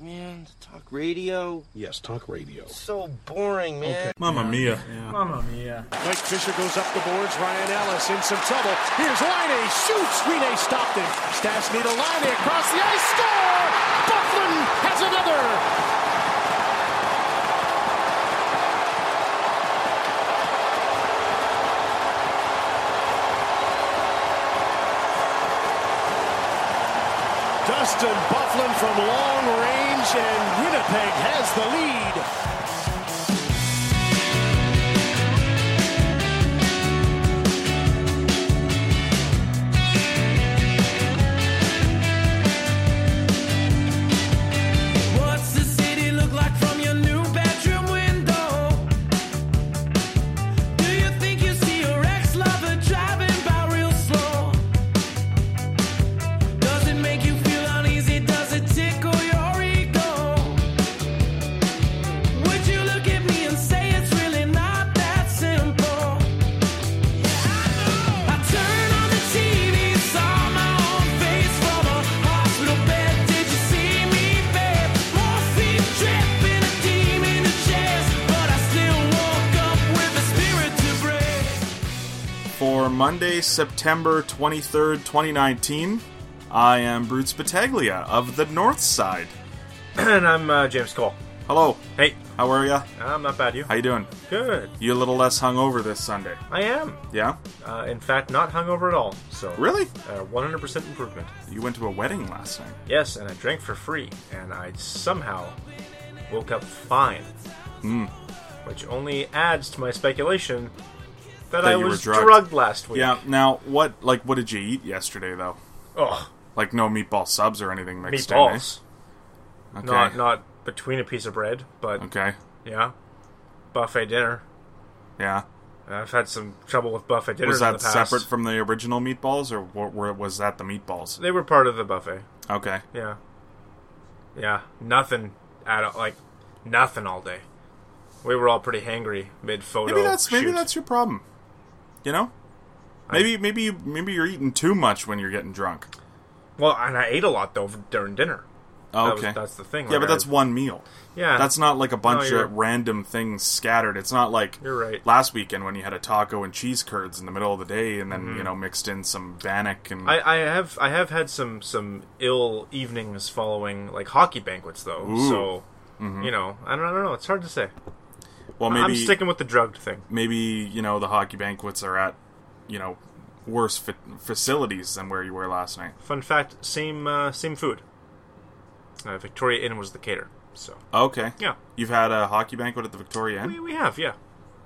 band, talk radio. Yes, talk radio. So boring, man. Mamma mia. Mamma mia. Mike Fisher goes up the boards. Ryan Ellis in some trouble. Here's Liney. Shoots. Rene stopped him. Stasny to Liney across the ice. Score! Bufflin has another. Dustin Bufflin from long range, and Winnipeg has the lead. What's the city look like from your new bedroom window? Do you think you see your ex-lover driving by real slow? Does it make you feel uneasy? Does it tickle your ego? Would you look at me and say it's really not that simple? I turn on the TV, saw my own face from a hospital bed. Did you see me, babe? Morphine dripping, a demon in chest, but I still woke up with a spirit to break. For Monday, September 23rd, 2019, I am Brute Spitaglia of the North Side. and I'm uh, James Cole. Hello. Hey, How are ya? I'm not bad. You? How you doing? Good. You a little less hungover this Sunday. I am. Yeah? Uh, in fact, not hungover at all. So Really? uh, 100% improvement. You went to a wedding last night. Yes, and I drank for free, and I somehow woke up fine. Hmm. Which only adds to my speculation that, I you were was drugged. last week. Yeah. Now, what like what did you eat yesterday though? Ugh, Like no meatball subs or anything mixed meatballs. in? eh? Okay. Not not between a piece of bread, but Okay. yeah, buffet dinner. Yeah. I've had some trouble with buffet Was dinners in that the past. separate from the original meatballs, or wa- were, was that the meatballs? They were part of the buffet. Okay. Yeah. Yeah. Nothing at all. Like, nothing all day. We were all pretty hangry mid photo. Maybe that's maybe that's your problem. You know, maybe maybe you maybe you're eating too much when you're getting drunk. Well, and I ate a lot though during dinner. Oh, That was- okay, that's the thing, Yeah, like, but I- that's one meal. Yeah. That's not like a bunch you're- of random things scattered. It's not like You're right. last weekend when you had a taco and cheese curds in the middle of the day, and then you know mixed in some bannock and Mm-hmm. I, I have I have had some some ill evenings following like hockey banquets though. Ooh. So you know I don't, I don't know. It's hard to say. well maybe I'm sticking with the drugged thing. maybe you know the hockey banquets are at you know worse fa- facilities than where you were last night. Fun fact: same uh, same food. Uh, Victoria Inn was the cater. So Okay. Yeah. You've had a hockey banquet at the Victoria we, Inn. we have yeah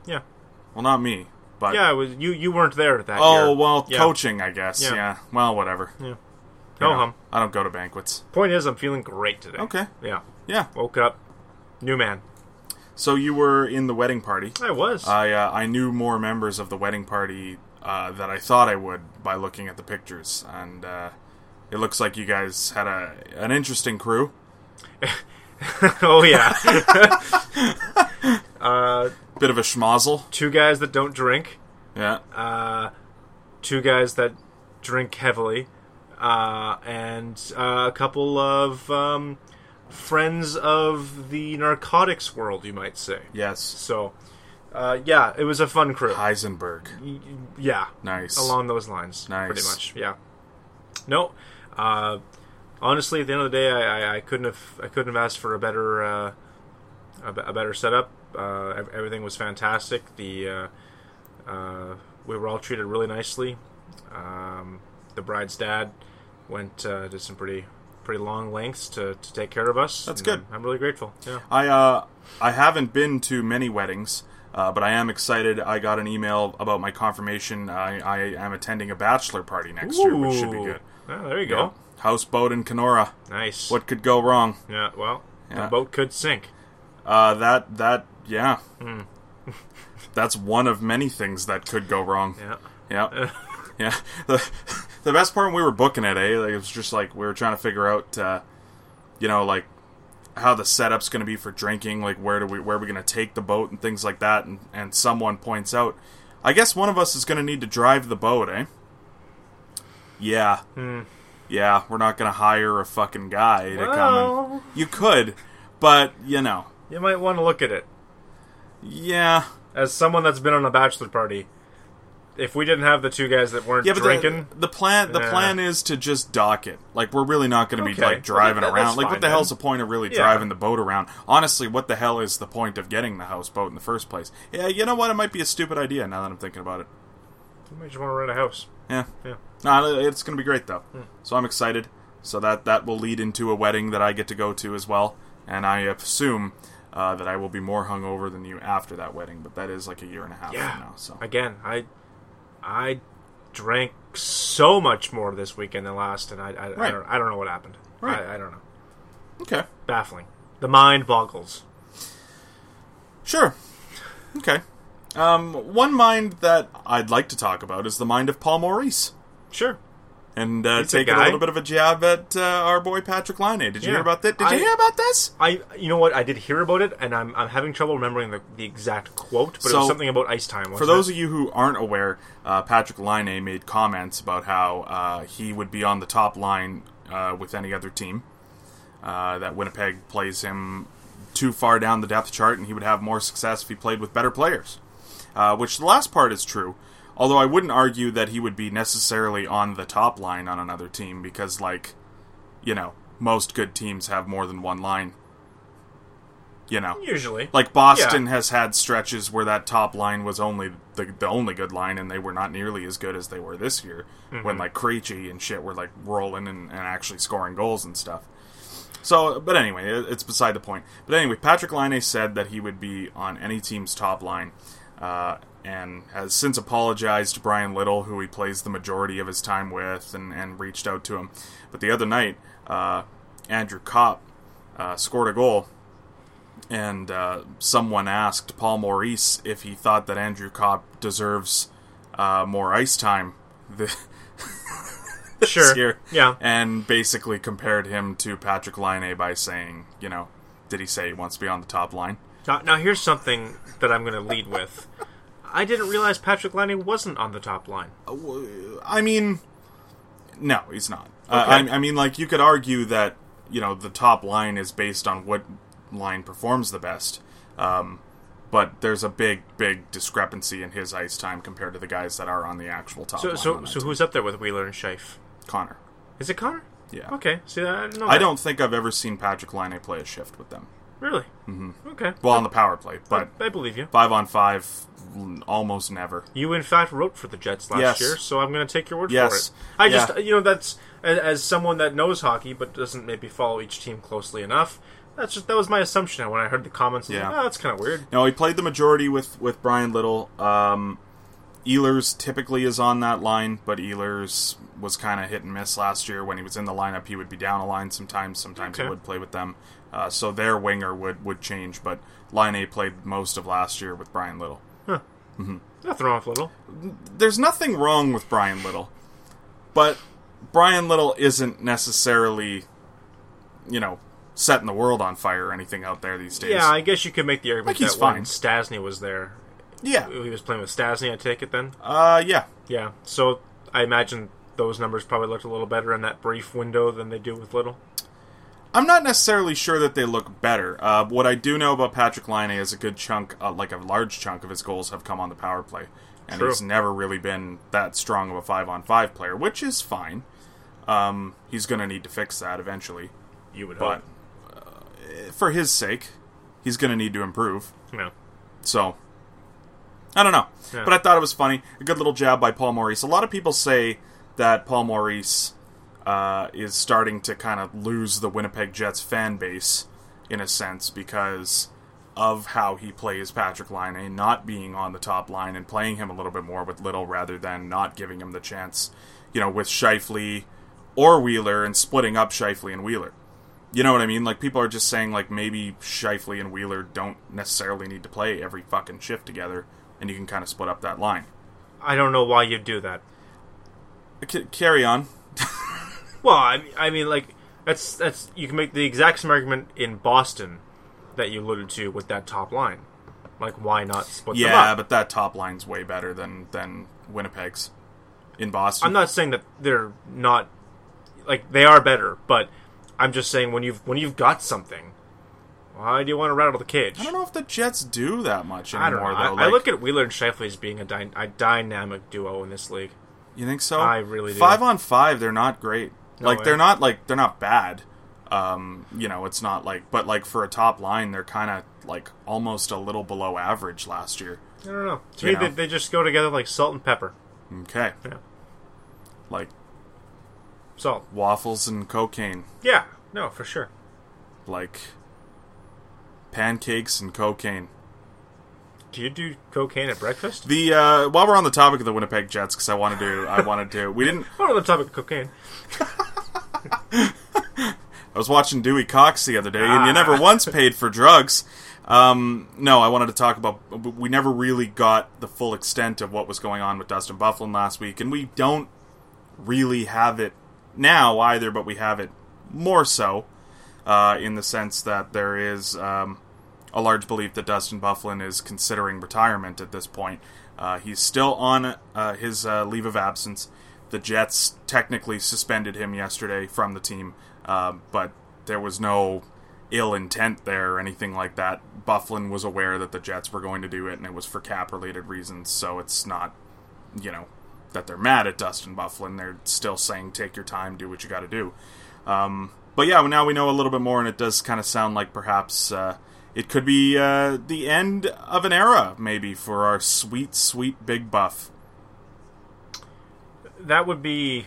yeah Well, not me, but yeah. It was you you weren't there that year. Oh well, Yeah. coaching, I guess. Yeah. Yeah. Well, whatever. You No know, hum. I don't go to banquets. Point is, I'm feeling great today. Okay. Yeah. Yeah. Woke up, new man. So you were in the wedding party. I was. I uh, I knew more members of the wedding party uh, that I thought I would by looking at the pictures, and uh, it looks like you guys had a an interesting crew. oh yeah, Bit of a schmozzle. two guys that don't drink, Yeah. two guys that drink heavily, uh, and uh, a couple of um, friends of the narcotics world, you might say. yes. So, uh, yeah, it was a fun crew. Heisenberg. Yeah, Nice. along those lines. Nice. pretty much. Yeah. No, uh, honestly, at the end of the day, I, I, I couldn't have I couldn't have asked for a better uh, a, be- a better setup. Uh, ev- everything was fantastic. The uh, uh, we were all treated really nicely. Um, the bride's dad went uh, did some pretty pretty long lengths to, to take care of us. That's and good. I'm, I'm really grateful. Yeah. I uh, I haven't been to many weddings, uh, but I am excited. I got an email about my confirmation. I, I am attending a bachelor party next year, which should be Ooh. good. Ah, there you Yeah. go. Houseboat in Kenora. Nice. What could go wrong? Yeah. Well, Yeah. the boat could sink. Uh, that that yeah. Hmm. That's one of many things that could go wrong. Yeah. Yeah. yeah. The, the best part when we were booking it, eh? Like, it was just like we were trying to figure out, uh, you know, like how the setup's going to be for drinking, like where do we where are we going to take the boat and things like that. And and someone points out, I guess one of us is going to need to drive the boat, eh? Yeah. Yeah. We're not going to hire a fucking guy to come. And, Well. you could. but you know, You might want to look at it. yeah, As someone that's been on a bachelor party, if we didn't have the two guys that weren't yeah. But drinking, the, the plan the Yeah. plan is to just dock it. Like we're really not going to be Okay. like driving Well, that- around. that's Like fine what the then. hell's the point of really Yeah. driving the boat around? Honestly, what the hell is the point of getting the houseboat in the first place? Yeah, you know what? It might be a stupid idea now that I'm thinking about it. you might just want to rent a house. Yeah. Yeah. No, it's going to be great though. Hmm. So I'm excited. So that that will lead into a wedding that I get to go to as well, and I assume uh, that I will be more hungover than you after that wedding. But that is like a year and a half Yeah. from now. So Again, I I drank so much more this weekend than last, and I I, I, Right. don't, I don't know what happened. Right. I, I don't know. okay, Baffling. The mind boggles. sure, okay. Um, one mind that I'd like to talk about is the mind of Paul Maurice, Sure. and uh, a take a, guy. little bit of a jab at uh, our boy Patrick Line. Did you Yeah. hear about that? Did I- you hear about this? I you know what I did hear about it, and I'm I'm having trouble remembering the, the exact quote, but it So, was something about ice time. Wasn't For those it? of you who aren't aware, uh, Patrick Line made comments about how uh, he would be on the top line uh, with any other team. Uh, that Winnipeg plays him too far down the depth chart, and he would have more success if he played with better players. Uh, which the last part is true. Although I wouldn't argue that he would be necessarily on the top line on another team because, like, you know, most good teams have more than one line. You know, usually like Boston has had stretches where that top line was only the, the only good line, and they were not nearly as good as they were this year when like Krejci and shit were like rolling and, and actually scoring goals and stuff. So, but anyway, it, it's beside the point. But anyway, Patrick Line said that he would be on any team's top line, uh, and has since apologized to Brian Little, who he plays the majority of his time with, and, and reached out to him. But the other night, uh, Andrew Kopp uh, scored a goal and uh, someone asked Paul Maurice if he thought that Andrew Kopp deserves uh, more ice time this sure year. yeah And basically compared him to Patrick Line by saying, you know, did he say he wants to be on the top line? Now, now here's something that I'm going to lead with. I didn't realize Patrick Lanning wasn't on the top line. Oh, Uh, I mean, no, he's not. Uh, I, I mean, like you could argue that you know the top line is based on what line performs the best, um, but there's a big, big discrepancy in his ice time compared to the guys that are on the actual top. So, line so, on that so team. who's up there with Wheeler and Scheif? Connor? Is it Connor? Yeah. Okay. See, I don't know. I that. don't think I've ever seen Patrick Line play a shift with them. really. Mm-hmm. Okay. Well, on the power play, but I believe you. five on five, mm, almost never. You in fact wrote for the Jets last Yes. year, so I'm going to take your word Yes. for it. I Yeah. just, you know, that's as, as someone that knows hockey but doesn't maybe follow each team closely enough. That's just that was my assumption when I heard the comments. I was Yeah. like, oh, that's kind of weird. No, he played the majority with with Brian Little. Um, Ehlers typically is on that line, but Ehlers was kind of hit and miss last year. When he was in the lineup, he would be down a line sometimes. Sometimes he Okay. would play with them. Uh, so their winger would would change, but line A played most of last year with Brian Little. Nothing wrong with little. There's nothing wrong with Brian Little, but Brian Little isn't necessarily, you know, setting the world on fire or anything out there these days. Yeah, I guess you could make the Like, argument he's that when fine. Stasny was there, yeah, he was playing with Stasny. I take it then. uh, yeah. yeah. So I imagine those numbers probably looked a little better in that brief window than they do with little. I'm not necessarily sure that they look better. Uh, what I do know about Patrick Line is a good chunk, uh, like a large chunk of his goals have come on the power play, and True. he's never really been that strong of a five on five player, which is fine. Um, he's going to need to fix that eventually, You would but uh, for his sake, he's going to need to improve. No. So I don't know, Yeah. but I thought it was funny. A good little jab by Paul Maurice. A lot of people say that Paul Maurice uh, is starting to kind of lose the Winnipeg Jets fan base in a sense because of how he plays Patrick Line, not being on the top line and playing him a little bit more with Little rather than not giving him the chance, you know, with Shifley or Wheeler and splitting up Shifley and Wheeler. You know what I mean? Like people are just saying like maybe Shifley and Wheeler don't necessarily need to play every fucking shift together, and you can kind of split up that line. I don't know why you'd do that. Uh, C- carry on. Well, I mean, I mean, like that's that's you can make the exact same argument in Boston that you alluded to with that top line. Like, why not split them Yeah, up? but that top line's way better than than Winnipeg's in Boston. I'm not saying that they're not like they are better, but I'm just saying when you've when you've got something Why do you want to rattle the cage? I don't know if the Jets do that much I don't anymore, know. I- though. I Like, look at Wheeler and Shifley as being a, dy- a dynamic duo in this league. You think so? I really do. Five on five, they're not great. like way. they're not like they're not bad. Um, you know, it's not like, but like for a top line, they're kind of like almost a little below average last year. I don't know. To You me, they, know. they just go together like salt and pepper. Okay, Yeah, like salt. waffles and cocaine, Yeah, no, for sure. like pancakes and cocaine. Do you do cocaine at breakfast? The uh, while we're on the topic of the Winnipeg Jets, because I wanted to, I wanted to. We didn't. What on the topic of cocaine? I was watching Dewey Cox the other day, and you Ah. never once paid for drugs. Um, no, I wanted to talk about. We never really got the full extent of what was going on with Dustin Bufflin last week, and we don't really have it now either, but we have it more so uh, in the sense that there is um, a large belief that Dustin Bufflin is considering retirement at this point. Uh, he's still on uh, his uh, leave of absence. The Jets technically suspended him yesterday from the team, uh, but there was no ill intent there or anything like that. Bufflin was aware that the Jets were going to do it, and it was for cap related reasons, so it's not you know that they're mad at Dustin Bufflin. They're still saying, "Take your time, do what you got to do." Um, but yeah, now we know a little bit more, and it does kind of sound like perhaps uh, it could be uh, the end of an era, maybe for our sweet, sweet big buff. That would be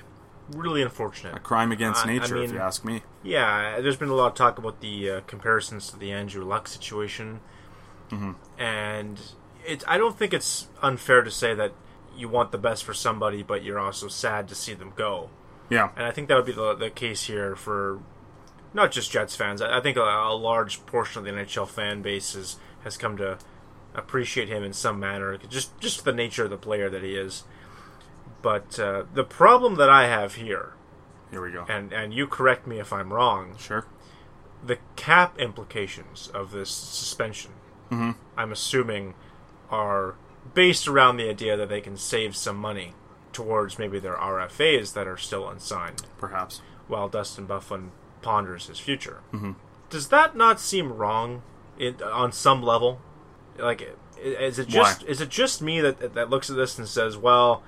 really unfortunate. A crime against I- I nature, if you mean- ask me. Yeah, there's been a lot of talk about the uh, comparisons to the Andrew Luck situation, Mm-hmm. and it. I don't think it's unfair to say that you want the best for somebody, but you're also sad to see them go. Yeah, And I think that would be the, the case here for not just Jets fans. I, I think a, a large portion of the NHL fan base is, has come to appreciate him in some manner, just just the nature of the player that he is. But uh, the problem that I have here, here we go. and and you correct me if I'm wrong, Sure. the cap implications of this suspension, I'm assuming, are based around the idea that they can save some money towards maybe their RFAs that are still unsigned Perhaps. while Dustin Bufflin ponders his future. Mm-hmm. Does that not seem wrong in, on some level? Like, i- is it just Why? is it just me that that looks at this and says, "Well,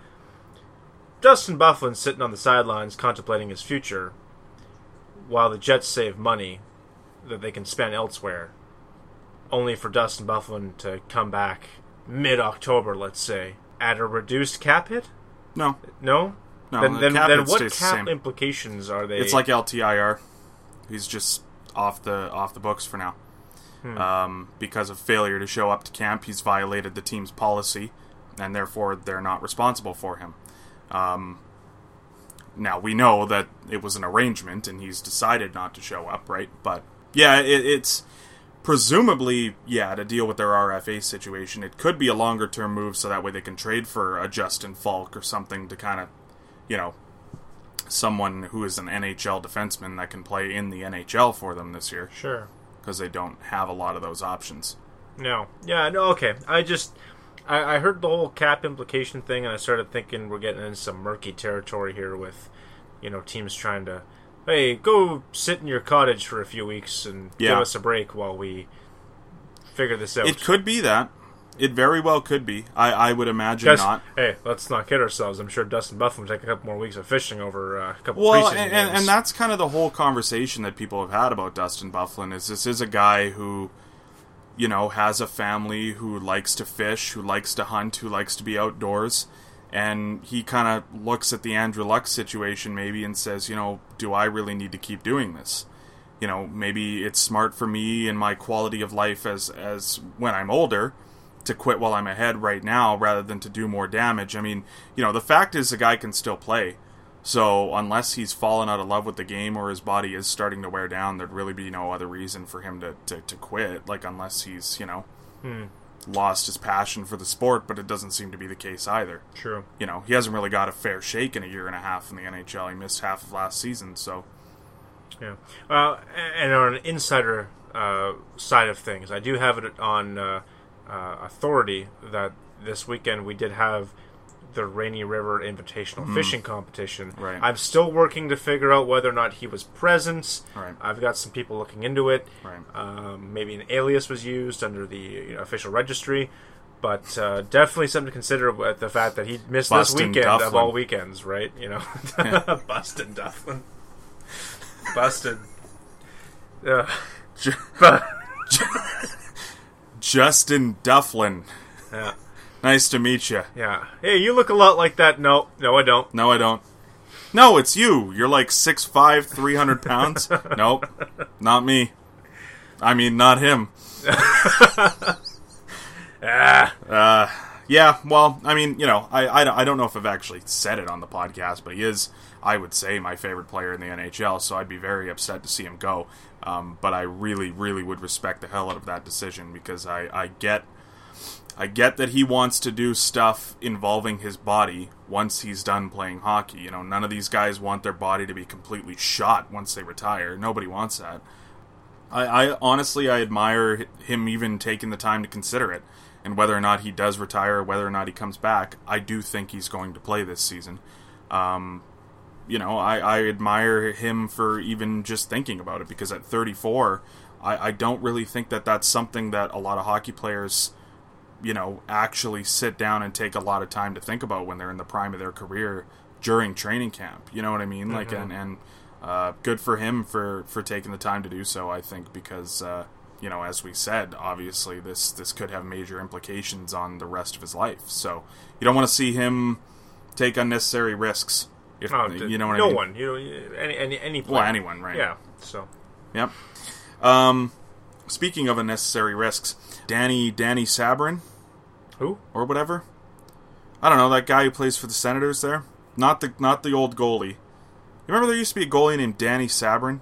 Dustin Bufflin's sitting on the sidelines contemplating his future, while the Jets save money that they can spend elsewhere, only for Dustin Bufflin to come back mid-October, let's say, at a reduced cap hit." No, No. No, Then, the then, cap then hit what stays the cap same. implications are they? it's like LTIR. He's just off the off the books for now. Um, because of failure to show up to camp, he's violated the team's policy, and therefore they're not responsible for him. Um, now we know that it was an arrangement, and he's decided not to show up, right? But yeah, it, it's presumably yeah to deal with their RFA situation. It could be a longer term move, so that way they can trade for a Justin Falk or something to kind of you know someone who is an NHL defenseman that can play in the NHL for them this year sure. because they don't have a lot of those options. No. Yeah. No. Okay. I just I, I heard the whole cap implication thing, and I started thinking we're getting in some murky territory here with you know teams trying to hey go sit in your cottage for a few weeks and Yeah. give us a break while we figure this out. It could be that. It very well could be. I, I would imagine 'Cause, not. Hey, let's not kid ourselves. I'm sure Dustin Bufflin will take a couple more weeks of fishing over uh, a couple Well, preseason and, and, games. and that's kind of the whole conversation that people have had about Dustin Bufflin is this is a guy who, you know, has a family who likes to fish, who likes to hunt, who likes to be outdoors, and he kind of looks at the Andrew Luck situation maybe and says, you know, do I really need to keep doing this? You know, maybe it's smart for me and my quality of life as as when I'm older to quit while I'm ahead right now rather than to do more damage. I mean, you know, the fact is the guy can still play. So unless he's fallen out of love with the game or his body is starting to wear down, there'd really be no other reason for him to, to, to quit. Like unless he's, you know, Hmm. lost his passion for the sport, but it doesn't seem to be the case either. true. You know, he hasn't really got a fair shake in a year and a half in the NHL. He missed half of last season, so Yeah. Uh, and on an insider uh, side of things, I do have it on uh, uh, authority that this weekend we did have the Rainy River Invitational Fishing Competition. Mm-hmm. Right. I'm still working to figure out whether or not he was present. Right. I've got some people looking into it. Right. Um, maybe an alias was used under the you know, official registry, but uh, definitely something to consider with the fact that he missed Bustin' this weekend of Dufflin. all weekends, right? You know, Bustin' Dufflin. Busted. Uh, Ju- Justin Dufflin. yeah. Nice to meet you. Yeah. Hey, you look a lot like that. No, no, I don't. No, I don't. No, it's you. You're like 6'5", 300 pounds. nope, not me. I mean, not him. Uh, yeah, well, I mean, you know, I, I, don't- I don't know if I've actually said it on the podcast, but he is, I would say, my favorite player in the NHL, so I'd be very upset to see him go. Um, but I really, really would respect the hell out of that decision because I, I get I get that he wants to do stuff involving his body once he's done playing hockey. You know, none of these guys want their body to be completely shot once they retire. Nobody wants that. I, I honestly, I admire h- him even taking the time to consider it. And whether or not he does retire, whether or not he comes back, I do think he's going to play this season. Um, you know, I, I admire him for even just thinking about it because at 34, I, I don't really think that that's something that a lot of hockey players you know, actually sit down and take a lot of time to think about when they're in the prime of their career during training camp. You know what I mean? Like, and, Mm-hmm. and uh, good for him for, for taking the time to do so, I think, because, uh, you know, as we said, obviously this, this could have major implications on the rest of his life. So you don't want to see him take unnecessary risks. If, Oh, d- you know what no I mean? one. You know, any any any. Well, player. anyone, right? Yeah. So. Yep. Um, speaking of unnecessary risks, Danny, Danny Sabrin, Who? or whatever. I don't know that guy who plays for the Senators there. Not the not the old goalie. You remember there used to be a goalie named Danny Sabrin.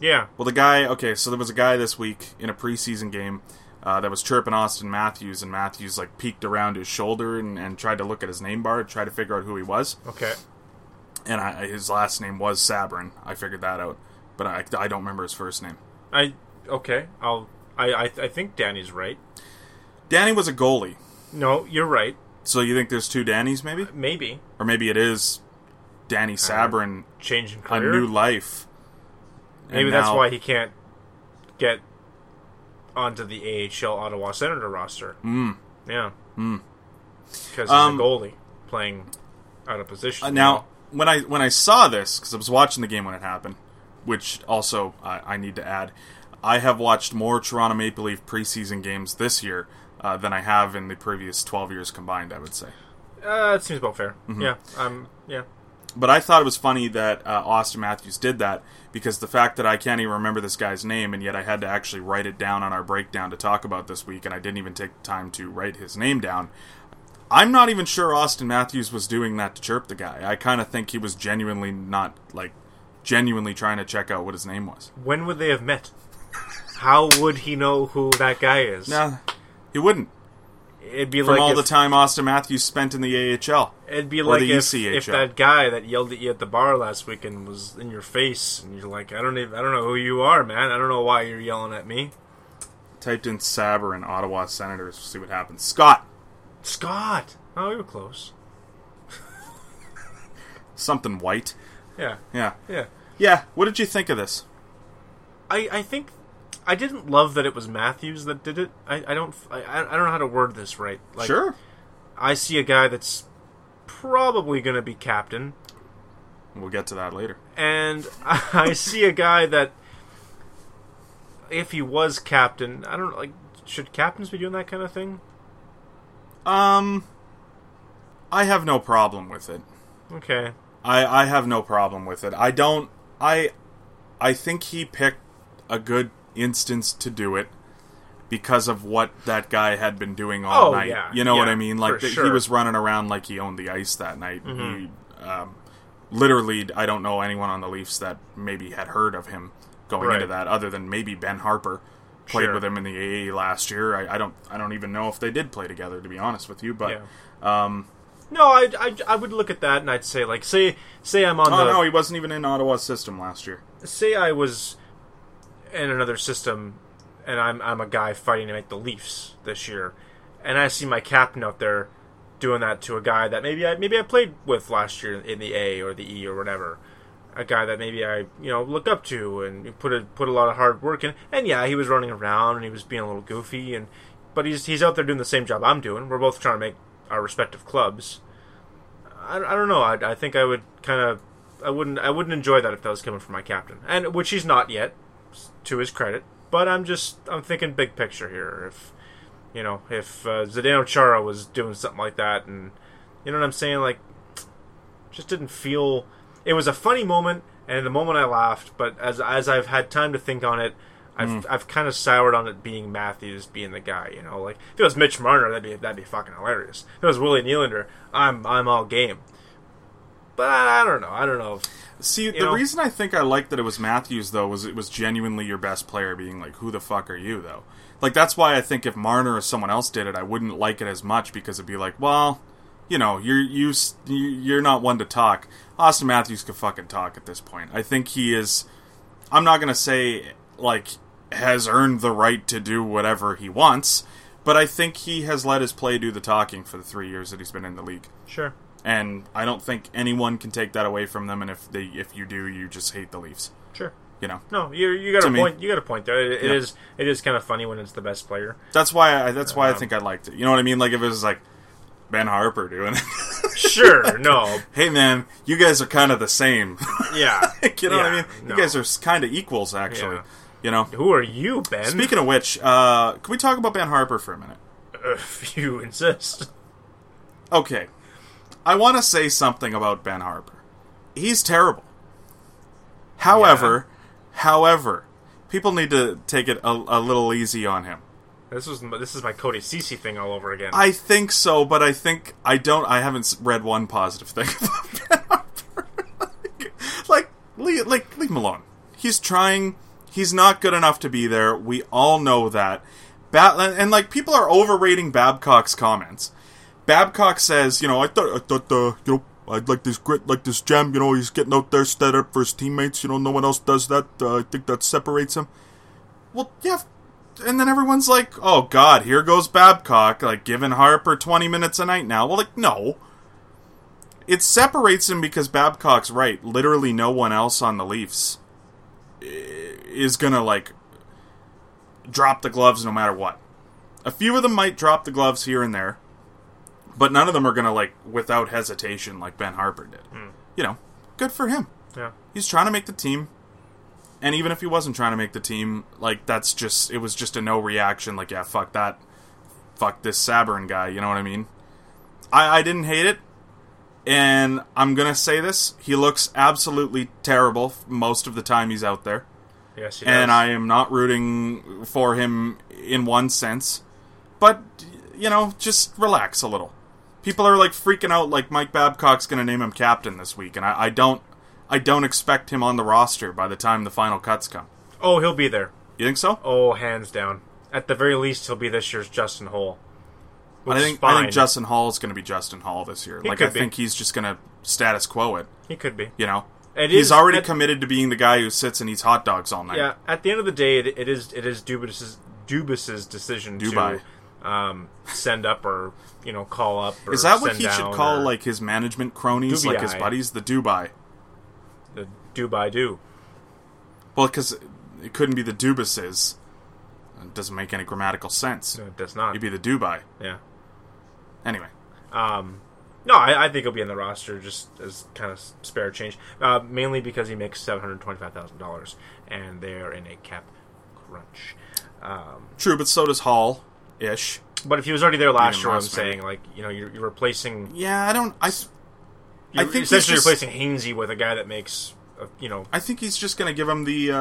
Yeah. Well, the guy. Okay, so there was a guy this week in a preseason game uh, that was chirping Austin Matthews, and Matthews like peeked around his shoulder and, and tried to look at his name bar, to try to figure out who he was. Okay. And I, his last name was Sabrin. I figured that out, but I, I don't remember his first name. I. Okay. I'll. I, I. I think Danny's right. Danny was a goalie, No, you're right. so you think there's two Dannys maybe, Maybe or maybe it is Danny Sabrin change in a career. new life. And Maybe that's now- why he can't get onto the AHL Ottawa Senator roster. Mm. Yeah. Because Mm. he's Um, a goalie playing out of position. Uh, now, when I when I saw this, because I was watching the game when it happened, which also I, I need to add, I have watched more Toronto Maple Leaf preseason games this year uh, than I have in the previous twelve years combined. I would say. uh, it seems about fair. Mm-hmm. Yeah. Um. Yeah. But I thought it was funny that uh, Austin Matthews did that because the fact that I can't even remember this guy's name, and yet I had to actually write it down on our breakdown to talk about this week, and I didn't even take the time to write his name down. I'm not even sure Austin Matthews was doing that to chirp the guy. I kind of think he was genuinely not, like, genuinely trying to check out what his name was. When would they have met? How would he know who that guy is? No, he wouldn't. It'd be From like all if, the time Austin Matthews spent in the AHL. It'd be or like the E if, ECHL. if that guy that yelled at you at the bar last weekend was in your face, and you're like, I don't even, I don't know who you are, man. I don't know why you're yelling at me, Typed in Saber and Ottawa Senators. See what happens. Scott! Scott. Oh, you were close. Something white. Yeah, Yeah. yeah. Yeah, what did you think of this? I, I think I didn't love that it was Matthews that did it. I, I don't I, I don't know how to word this right. Like, sure. I see a guy that's probably going to be captain, We'll get to that later. and I see a guy that if he was captain, I don't like. Should captains be doing that kind of thing? Um, I have no problem with it. Okay. I I have no problem with it. I don't. I I think he picked a good instance to do it because of what that guy had been doing all Oh, night. yeah, you know what yeah, I mean? Like for that he sure. Mm-hmm. was running around like he owned the ice that night. He, um, literally, I don't know anyone on the Leafs that maybe had heard of him going Right. into that, other than maybe Ben Harper played Sure. with him in the AA last year. I, I don't. I don't even know if they did play together, to be honest with you. But. Yeah. Um, No, I, I, I would look at that and I'd say like say say I'm on oh the no, he wasn't even in Ottawa's system last year. say I was in another system and I'm I'm a guy fighting to make the Leafs this year, and I see my captain out there doing that to a guy that maybe I maybe I played with last year in the A or the E or whatever. A guy that maybe I you know look up to and put a put a lot of hard work in. And yeah, he was running around and he was being a little goofy and but he's he's out there doing the same job I'm doing. We're both trying to make our respective clubs. I, I don't know. I, I think I would kind of I wouldn't I wouldn't enjoy that if that was coming from my captain, and which he's not yet, s- to his credit. But I'm just I'm thinking big picture here. If you know, if uh, Zdeno Chara was doing something like that, and you know what I'm saying, like, just didn't feel. It was a funny moment, and in the moment I laughed. But as as I've had time to think on it, I've Mm. I've kind of soured on it being Matthews being the guy. You know, like if it was Mitch Marner, that'd be that'd be fucking hilarious. If it was Willie Nylander, I'm I'm all game. But I, I don't know. I don't know. If, See, the know? reason I think I liked that it was Matthews though was it was genuinely your best player being like, "Who the fuck are you?" Though, like that's why I think if Marner or someone else did it, I wouldn't like it as much because it'd be like, "Well, you know, you're you s- you- you're not one to talk." Austin Matthews could fucking talk at this point. I think he is. I'm not gonna say like has earned the right to do whatever he wants, but I think he has let his play do the talking for the three years that he's been in the league sure. and I don't think anyone can take that away from them. And if they, if you do, you just hate the Leafs. Sure. You know, No, you you got To a me. point. You got a point there. It, it Yeah. is it is kind of funny when it's the best player. that's why. I, that's why I think I liked it. You know what I mean? Like if it was like Ben Harper doing, it. Sure. no. hey man, you guys are kind of the same. Yeah. you know what I Yeah, mean? no. You guys are kind of equals, actually. Yeah. You know. Who are you, Ben? Speaking of which, uh, can we talk about Ben Harper for a minute? if you insist. Okay, I want to say something about Ben Harper. He's terrible. However, however, people need to take it a, a little easy on him. This was my- this is my Cody Cece thing all over again. I think so, but I think I don't. I haven't s- read one positive thing about Ben Harper. like, leave, like leave him alone. He's trying. He's not good enough to be there. We all know that. Bat and, and, like people are overrating Babcock's comments. Babcock says, you know, I thought, I thought, uh, you know, I'd like this grit, like this gem. You know, he's getting out there, stand up for his teammates. You know, no one else does that. Uh, I think that separates him well, yeah. And then everyone's like, oh, God, here goes Babcock, like giving Harper 20 minutes a night now. Well, like, no. It separates him because Babcock's right. Literally no one else on the Leafs i- is going to, like, drop the gloves no matter what. A few of them might drop the gloves here and there, but none of them are going to, like, without hesitation, like Ben Harper did. You know, good for him yeah. he's trying to make the team and even if he wasn't trying to make the team like that's just it was just a no reaction like yeah fuck that fuck this sabarin guy you know what i mean i i didn't hate it and i'm gonna say this he looks absolutely terrible f- most of the time he's out there Yes. He and does. i am not rooting for him in one sense but you know just relax a little people are like freaking out like mike babcock's gonna name him captain this week and i, I don't i don't expect him on the roster by the time the final cuts come oh, he'll be there. you think so Oh, hands down. At the very least, he'll be this year's Justin Hole. Which I is think I fine. think Justin Hall is going to be Justin Hall this year. like I could be. think he's just going to status quo it. he could be. You know, It he's is- already at- committed to being the guy who sits and eats hot dogs all night. Yeah. At the end of the day, it, it is it is Dubas's Dubas's decision Dubai. to um, send up or you know call up. Or Is that what send he should down call or like his management cronies, like his Dubai. buddies, the Dubai? the Dubai do? Well, because it couldn't be the Dubases. It doesn't make any grammatical sense. No, it does not. It'd be the Dubai. yeah. Anyway, No, I, I think he'll be in the roster just as kind of spare change, uh, mainly because he makes seven hundred twenty-five thousand dollars, and they are in a cap crunch. true, but so does Hall, ish. But if he was already there last Even year, I'm less, maybe. saying like you know you're, you're replacing, Yeah, I don't. I. s- I you're think he's essentially just- replacing Hainsey with a guy that makes uh, you know. I think he's just going to give him the uh,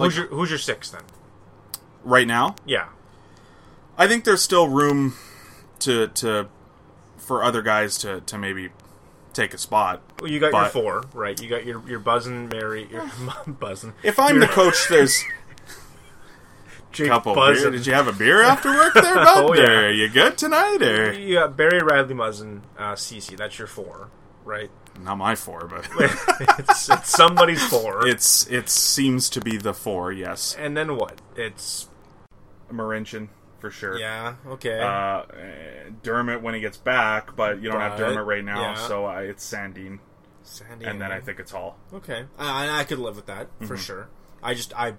like- who's your who's your sixth then? right now. Yeah, I think there's still room to to for other guys to to maybe take a spot. well, you got But- your four right. You got your your buzzing Mary, your buzzing. If I'm the coach, there's Jake couple. Beer. buzzing. Did you have a beer after work there, bud? Oh, yeah. Are you good tonight? Or You got Barry Radley Muzzin, uh, Cece. That's your four, right? not my four, but it's, it's somebody's four. it's it seems to be the four. Yes, and then what? It's Marincin. for sure. Yeah. Okay. Er, Uh, eh, Dermot when he gets back, but you don't have But, Dermot right now, yeah. so I, it's Sandine, Sandy. and then I think Mm-hmm. it's Hall. Okay. I I could live with that for sure. I just I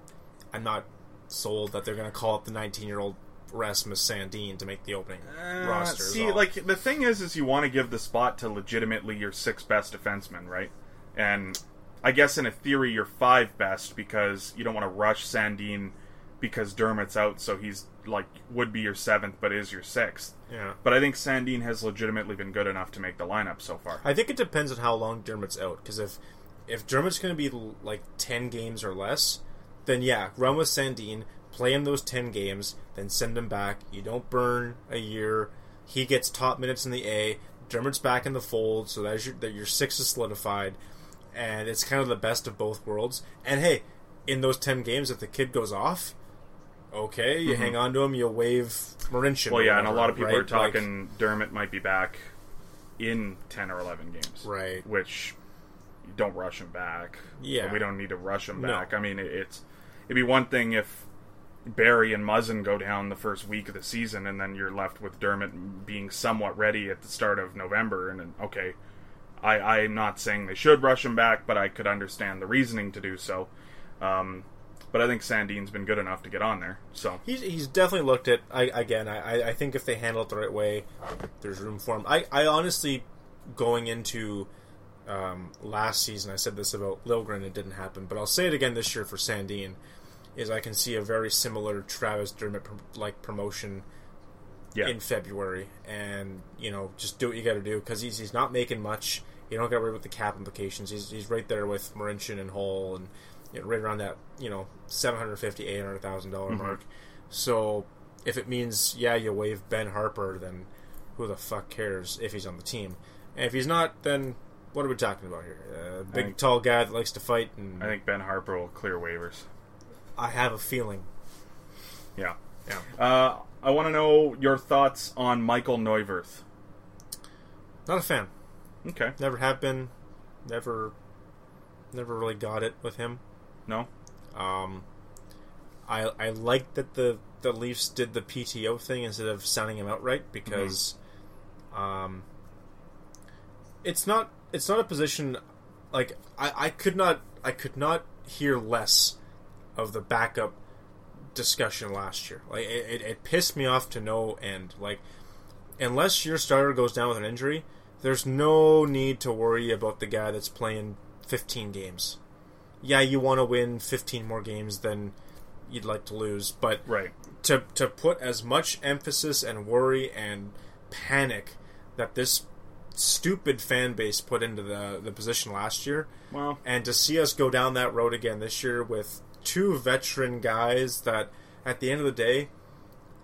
I'm not sold that they're gonna call up the 19 year old Rasmus Sandin to make the opening roster. is Uh, See, all. like the thing is, is you want to give the spot to legitimately your six best defensemen, right? And I guess in a theory, your five best because you don't want to rush Sandine because Dermot's out, so he's like would be your seventh, but is your sixth. yeah. But I think Sandine has legitimately been good enough to make the lineup so far. I think it depends on how long Dermot's out. Because if if Dermot's going to be l- like ten games or less, then yeah, run with Sandine, play him those ten games, then send him back. You don't burn a year. He gets top minutes in the A. Dermot's back in the fold, so that's your that your six is solidified, and it's kind of the best of both worlds. And hey, in those ten games, if the kid goes off. Okay, you hang on to him. You wave Marinchen. Mm-hmm. Well, or Oh, yeah, and a whatever, lot of people right? are Like- talking Dermot might be back in ten or eleven games, Right. Which you don't rush him back. Yeah. we don't need to rush him No. back. I mean, it, it's it'd be one thing if Barry and Muzzin go down the first week of the season, and then you're left with Dermot being somewhat ready at the start of November, and then okay. I, I'm not saying they should rush him back, but I could understand the reasoning to do so. Um, but I think Sandine's been good enough to get on there. So He's, he's definitely looked at. I again, I, I- I think if they handle it the right way, there's room for him. I, I honestly, going into um, last season, I said this about Lilgren, it didn't happen, but I'll say it again this year for Sandine, is I can see a very similar Travis Dermott prom- like promotion yeah, in February, and you know just do what you got to do because he's he's not making much. You don't got to worry about the cap implications. He's he's right there with Marincin and Hull, and you know, right around that you know seven hundred fifty eight hundred thousand dollar Mm-hmm. mark. So if it means yeah you waive Ben Harper, then who the fuck cares if he's on the team? And if he's not, then what are we talking about here? A big think- tall guy that likes to fight, and I think Ben Harper will clear waivers. I have a feeling. Yeah. Yeah. Uh, I want to know your thoughts on Michael Neuwirth. Not a fan. Okay. Never have been. Never, never really got it with him. No? Um, I I like that the the Leafs did the PTO thing instead of signing him outright because, um, it's not it's not a position like I, I could not I could not hear less of the backup discussion last year. Like it, it, it pissed me off to no end. Like unless your starter goes down with an injury, there's no need to worry about the guy that's playing 15 games. Yeah, you want to win 15 more games than you'd like to lose, but Right. to to put as much emphasis and worry and panic that this stupid fan base put into the the position last year. Well- and to see us go down that road again this year with two veteran guys that at the end of the day,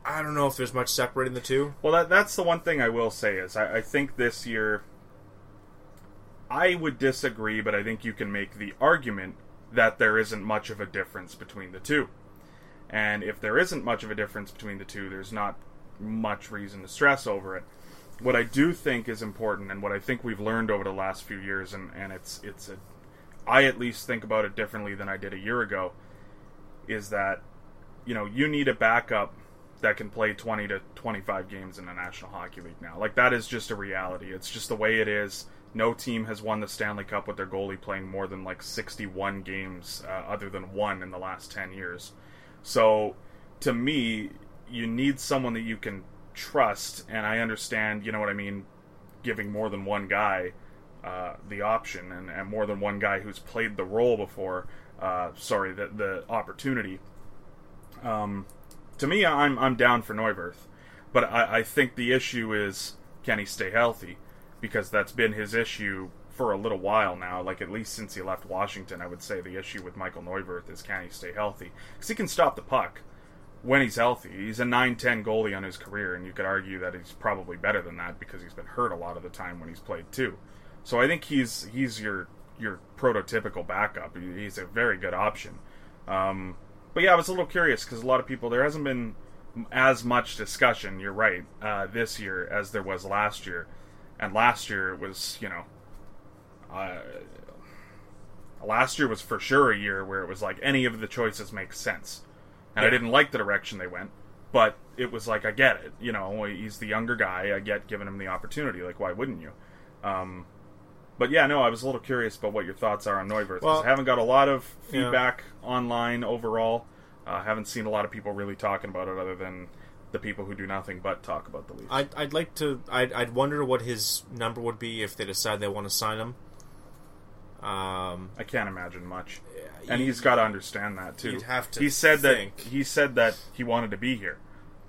I don't know if there's much separating the two. Well, that, that's the one thing I will say is I, I think this year I would disagree, but I think you can make the argument that there isn't much of a difference between the two. And if there isn't much of a difference between the two, there's not much reason to stress over it. What I do think is important, and what I think we've learned over the last few years, and, and it's it's a, I at least think about it differently than I did a year ago, is that you know, you need a backup that can play 20 to 25 games in the National Hockey League now. Like, that is just a reality. It's just the way it is. No team has won the Stanley Cup with their goalie playing more than like 61 games, uh, other than one in the last 10 years. So, to me, you need someone that you can trust. And I understand, you know what I mean, giving more than one guy uh, the option and, and more than one guy who's played the role before. Uh, sorry, the, the opportunity to me, I'm I'm down for Neuwirth, but I, I think the issue is can he stay healthy? Because that's been his issue for a little while now. Like at least since he left Washington, I would say the issue with Michael Neuwirth is can he stay healthy? Because he can stop the puck when he's healthy. He's a 9-10 goalie on his career, and you could argue that he's probably better than that because he's been hurt a lot of the time when he's played too. So I think he's he's your your prototypical backup. He- He's a very good option. Um, but yeah, I was a little curious because a lot of people there hasn't been m- as much discussion. You're right uh, this year as there was last year, and last year it was you know, uh, last year was for sure a year where it was like any of the choices make sense, and I didn't like the direction they went. But it was like I get it, you know, he's the younger guy. I get giving him the opportunity. Like why wouldn't you? Um, but yeah, no, I was a little curious about what your thoughts are on Neuwirth. 'cause Well- I haven't got a lot of Yeah. feedback online overall. I uh, haven't seen a lot of people really talking about it, other than the people who do nothing but talk about the Leafs. I'd, I'd like to. I'd, I'd wonder what his number would be if they decide they want to sign him. Um, I can't imagine much. Yeah, and you- he's got to understand that too. you'd have to He said think. that he said that he wanted to be here.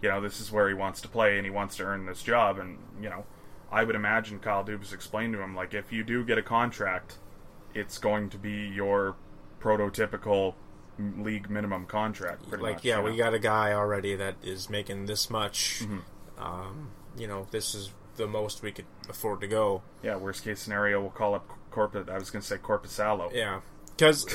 You know, this is where he wants to play, and he wants to earn this job. And you know, I would imagine Kyle Dubas explained to him like, if you do get a contract, it's going to be your prototypical m- league minimum contract. Pretty like, much, yeah, you we know? got a guy already that is making this much. Mm-hmm. Um, you know, this is the most we could afford to go. yeah. Worst case scenario, we'll call up corporate. I was going to say Corpus Allo. Yeah, because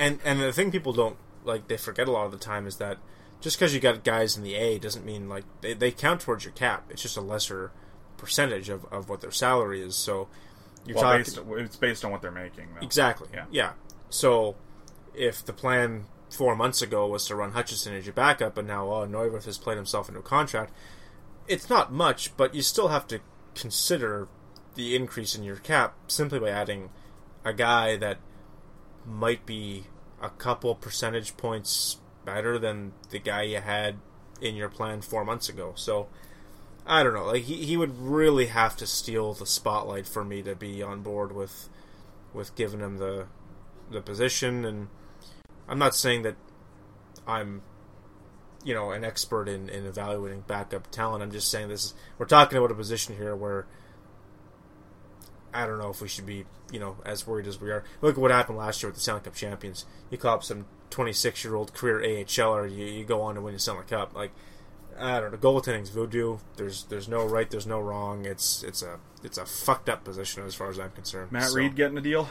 and and the thing people don't like they forget a lot of the time is that just because you got guys in the A doesn't mean like they, they count towards your cap. It's just a lesser percentage of, of what their salary is. So you're Well, talking based, it's based on what they're making. Though. exactly. Yeah. So if the plan four months ago was to run Hutchinson as your backup, and now oh Neuwirth has played himself into a contract, it's not much, but you still have to consider the increase in your cap simply by adding a guy that might be a couple percentage points better than the guy you had in your plan four months ago. So I don't know. Like he, he would really have to steal the spotlight for me to be on board with with giving him the the position and I'm not saying that I'm you know an expert in, in evaluating backup talent. I'm just saying this is we're talking about a position here where I don't know if we should be you know as worried as we are. Look at what happened last year with the Stanley Cup champions. You call up some 26 year old career AHLer, you, you go on to win the Stanley Cup. Like I don't know, goaltending's voodoo. There's there's no right, there's no wrong. It's it's a it's a fucked up position as far as I'm concerned. Matt So- Reed getting a deal.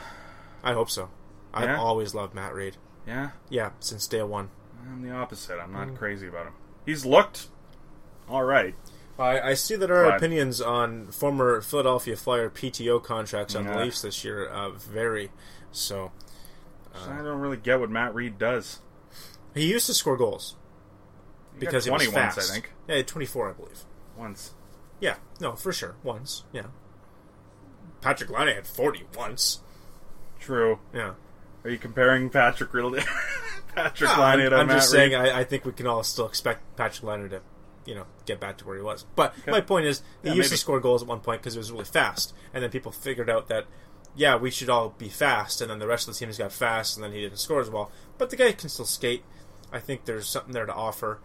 I hope so. I've Yeah? always loved Matt Reed. Yeah. Yeah, since day one. I'm the opposite. I'm Hmm. not crazy about him. He's looked all right. I, I see that our Right. opinions on former Philadelphia Flyer PTO contracts on the Yeah. Leafs this year uh, vary. So Just I don't really get what Matt Reed does. he used to score goals got because he was 20 once, fast. I think. Yeah, twenty four, I believe. Once, Yeah, no, for sure, once. Yeah, Patrick Laine had forty once. true. Yeah, Are you comparing Patrick Riddle to Patrick Yeah, Laine I'm, to I'm Matt just Reed? saying I, I think we can all still expect Patrick Leonard to, you know, get back to where he was. But my point is, he Yeah, used to maybe. score goals at one point because it was really fast, and then people figured out that, yeah, we should all be fast, and then the rest of the team's got fast, and then he didn't score as well. But the guy can still skate. I think there's something there to offer,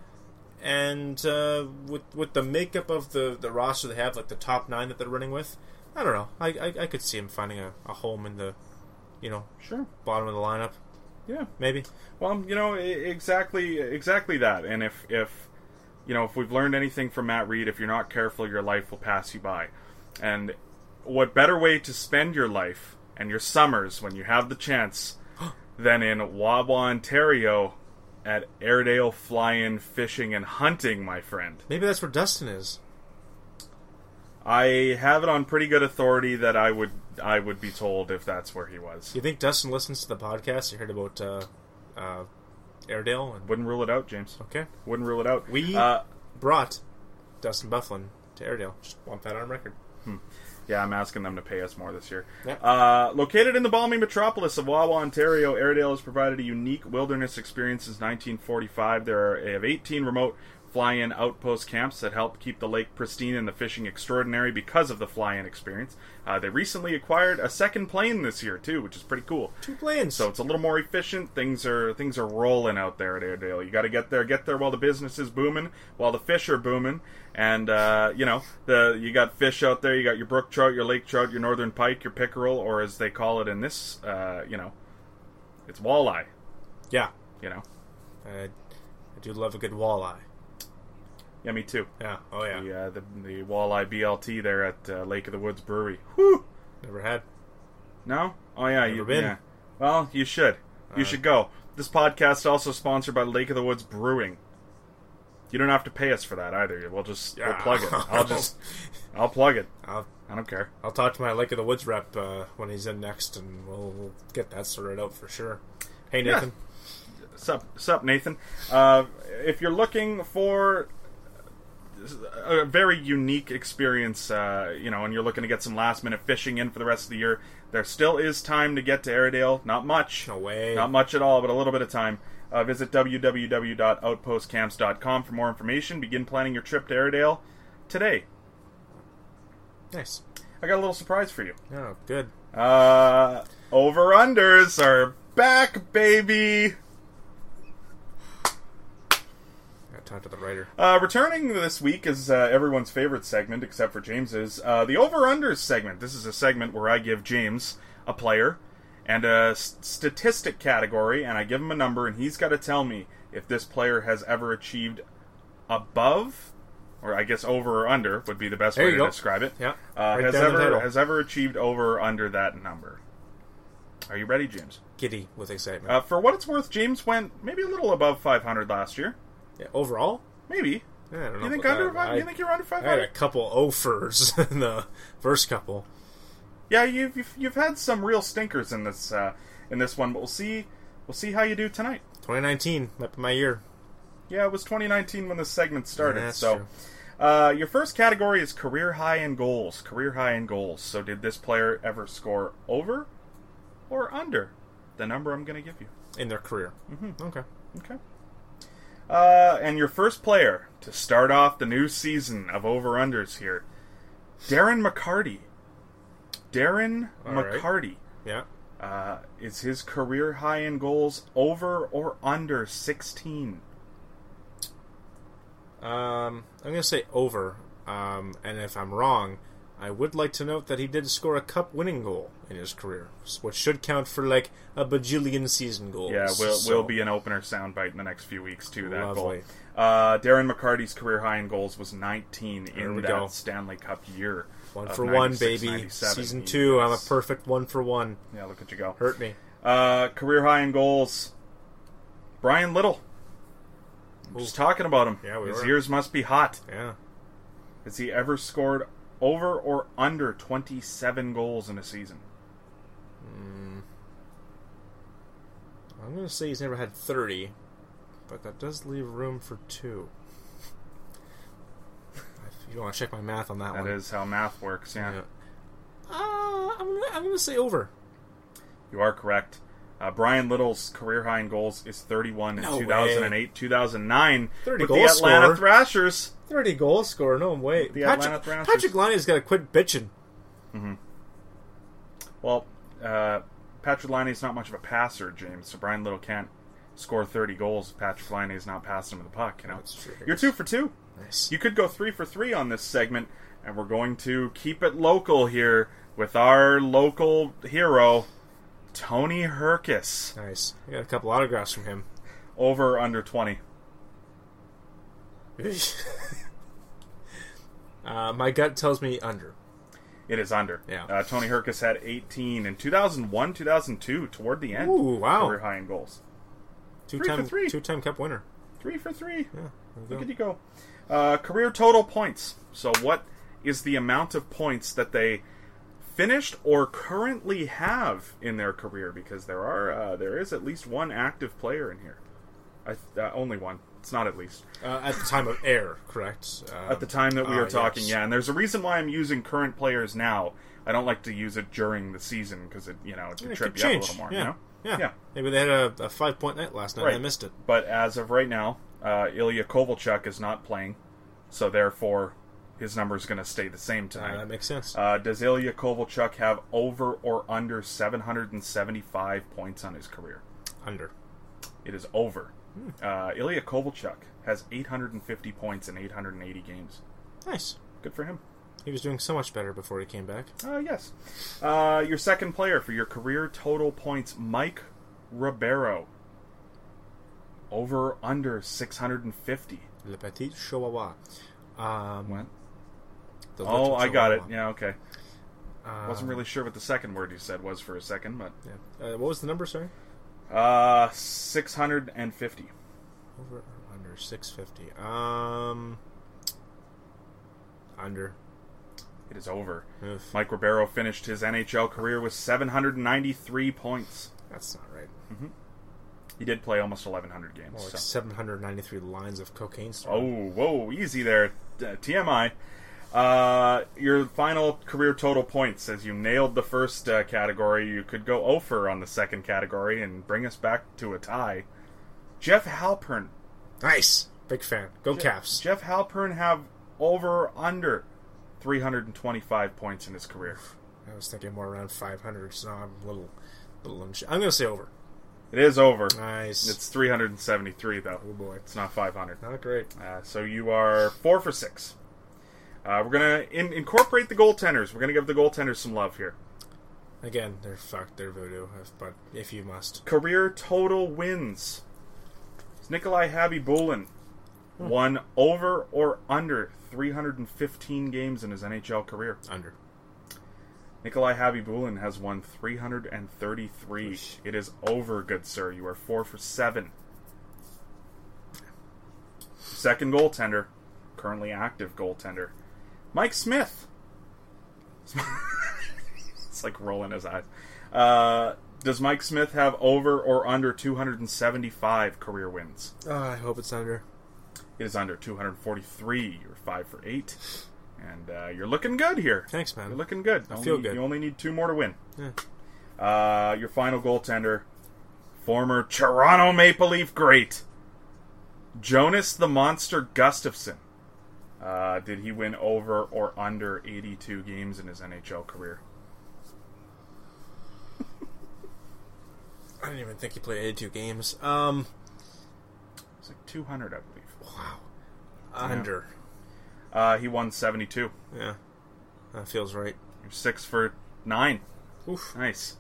and uh, with with the makeup of the the roster they have, like the top nine that they're running with, I don't know. I I, I could see him finding a, a home in the, you know, sure. bottom of the lineup, Yeah. maybe. Well, you know, e- exactly, exactly that. And if, if, you know, if we've learned anything from Matt Reed, if you're not careful, your life will pass you by. And what better way to spend your life and your summers when you have the chance than in Wawa, Ontario, at Airedale Fly-In Fishing and Hunting, my friend. Maybe that's where Dustin is. I have it on pretty good authority that I would I would be told if that's where he was. Do you think Dustin listens to the podcast? You heard about uh, uh, Airedale and Wouldn't rule it out, James. okay, Wouldn't rule it out. Oh. We- uh, brought Dustin Bufflin to Airedale. Just want that on record. Yeah, I'm asking them to pay us more this year. Yeah. Uh, located in the balmy metropolis of Wawa, Ontario, Airedale has provided a unique wilderness experience since 1945. There are they have 18 remote fly-in outpost camps that help keep the lake pristine and the fishing extraordinary because of the fly-in experience. Uh, they recently acquired a second plane this year too, which is pretty cool. Two planes. So it's a little more efficient. Things are things are rolling out there at Airedale. You got to get there, get there while the business is booming, while the fish are booming, and uh, you know the you got fish out there. You got your brook trout, your lake trout, your northern pike, your pickerel, or as they call it in this, uh, you know, it's walleye. yeah, You know, I, I do love a good walleye. yeah, me too. Yeah. Oh yeah. The, uh, the the walleye BLT there at uh, Lake of the Woods Brewery. Whew. Never had. No? Oh yeah, you been. Uh. yeah. Well, you should. You should go. This podcast is also sponsored by Lake of the Woods Brewing. You don't have to pay us for that either. We'll just we'll Yeah. plug it. I'll just I'll plug it. I'll, I don't care. I'll talk to my Lake of the Woods rep uh, when he's in next, and we'll, we'll get that sorted out for sure. Hey Nathan. Sup, sup, Nathan. Uh, if you're looking for a very unique experience, uh, you know, and you're looking to get some last minute fishing in for the rest of the year. There still is time to get to Airedale. Not much. No way. Not much at all, but a little bit of time. Uh, visit www.outpostcamps.com for more information. Begin planning your trip to Airedale today. Nice. I got a little surprise for you. Oh, good. Uh, over unders are back, baby. I gotta talk to the writer. Uh, returning this week is uh, everyone's favorite segment, except for James's, uh, the over unders segment. This is a segment where I give James a player and a s- statistic category, and I give him a number, and he's got to tell me if this player has ever achieved above, or I guess over or under would be the best There way you to go. describe it. Yeah. Uh, Right has down the ever title. has ever achieved over or under that number? Are you ready, James? Giddy with excitement. Uh, for what it's worth, James went maybe a little above 500 last year. Yeah, overall, Maybe. Yeah, I don't know you think about under that. five? uh, I- you think you're under I had a 500? couple offers in the first couple. Yeah, you've, you've you've had some real stinkers in this uh, in this one, but we'll see we'll see how you do tonight. 2019, up in my year. Yeah, it was 2019 when this segment started. Yeah, that's so, true. Uh, your first category is career high in goals. Career high in goals. So, did this player ever score over or under the number I'm going to give you? in their career. Mm-hmm. Okay. Okay. Uh, and your first player to start off the new season of over unders here, Darren McCarty. Darren All right. McCarty Yeah. uh, is his career high in goals over or under 16. Um, I'm gonna say over. Um, and if I'm wrong, I would like to note that he did score a cup-winning goal in his career, s- which should count for like a bajillion season goals. Yeah, will So- will be an opener soundbite in the next few weeks too. That Lovely. goal. Uh, Darren McCarty's career high in goals was 19 in we that go. Stanley Cup year. one of for one, 96, baby. 97. Season two, I'm a Yes. perfect one for one. Yeah, look at you go. Hurt me. Uh, career high in goals. Brian Little. I'm Just talking about him. Yeah, we His were. years must be hot. Yeah. Has he ever scored over or under 27 goals in a season? I'm gonna say he's never had 30, but that does leave room for two. If you want to check my math on that, That one? is how math works. Yeah, Yeah. Uh, I'm gonna, I'm gonna say over. you are correct. Uh, Brian Little's career high in goals is 31 in No 2008, 2009 30 with the goal Atlanta scorer. Thrashers. 30 goal scorer. No way. The Patrick, Atlanta Thrashers. Patrick Liney's got to quit bitching. Well, uh, Patrick Liney's not much of a passer, James, so Brian Little can't score 30 goals. if Patrick Liney's not passing him the puck. You know, That's true. you're two for two. Nice. You could go three for three on this segment, and we're going to keep it local here with our local hero, Tony Herkis, nice. I got a couple autographs from him. over or under 20. uh, my gut tells me under. It is under. Yeah. Uh, Tony Herkis had 18 in 2001, 2002, toward the end. Ooh, wow. Career high in goals. Two-time, for three. Two-time cup winner. Three for three. Yeah. there you Look go. at you go. Uh, career total points. So, what is the amount of points that they finished or currently have in their career? Because there are uh, there is at least one active player in here. I th- uh, only one. It's not at least Uh, at the time of air, correct? Um, at the time that we ah, are talking. yes. Yeah, and there's a reason why I'm using current players now. I don't like to use it during the season because it you know it could It trip could you up a change. little more. yeah. You know? yeah. Maybe they had a, a five-point night last night Right. and I missed it. But as of right now, uh, Ilya Kovalchuk is not playing, so therefore his number is going to stay the same Uh, tonight. that makes sense. Uh, does Ilya Kovalchuk have over or under 775 points on his career? under. It is over. Hmm. Uh, Ilya Kovalchuk has 850 points in 880 games. Nice. Good for him. He was doing so much better before he came back. Uh, yes. Uh, your second player for your career total points, Mike Ribeiro. Over or under 650. Le Petit Chihuahua. Um, What? the Oh, little I got it. Chihuahua. Yeah, okay. Um, Wasn't really sure what the second word you said was for a second, but yeah. Uh, what was the number? Sorry. uh, 650. Over or under 650. Um under. It is over. Oof. Mike Ribeiro finished his NHL career with 793 points. That's not right. He did play almost 1,100 games. Like so. 793 lines of cocaine. Oh, whoa, easy there. Uh, TMI. Uh, your final career total points, as you nailed the first uh, category, you could go over on the second category and bring us back to a tie. Jeff Halpern. Nice. Big fan. Go Caps. Jeff Halpern have over or under 325 points in his career. I was thinking more around 500, so now I'm a little, little unsure. I'm going to say over. It is over. Nice. It's 373 though. oh boy. It's not 500. Not great. Uh, so you are four for six. Uh, we're gonna in- incorporate the goaltenders. We're gonna give the goaltenders some love here. Again, they're fucked. They're voodoo. if- But if you must, Career total wins. It's Nikolai Habibulin Bulin won over or under 315 games in his NHL career. under. Nikolai Habibulin has won 333. It is over, good sir. You are four for seven. Second goaltender, currently active goaltender, Mike Smith. it's like rolling his eyes. Uh, does Mike Smith have over or under 275 career wins? Ah, I hope it's under. It is under 243. You're five for eight, and uh, you're looking good here. Thanks, man. You're looking good. I feel good. You only need two more to win. Yeah. Uh, your final goaltender, former Toronto Maple Leaf great Jonas the Monster Gustafson. Uh, did he win over or under 82 games in his NHL career? I didn't even think he played 82 games. Um, It's like 200, I believe. under. Uh, he won 72. Yeah, that feels right. You're six for nine. Oof. Nice.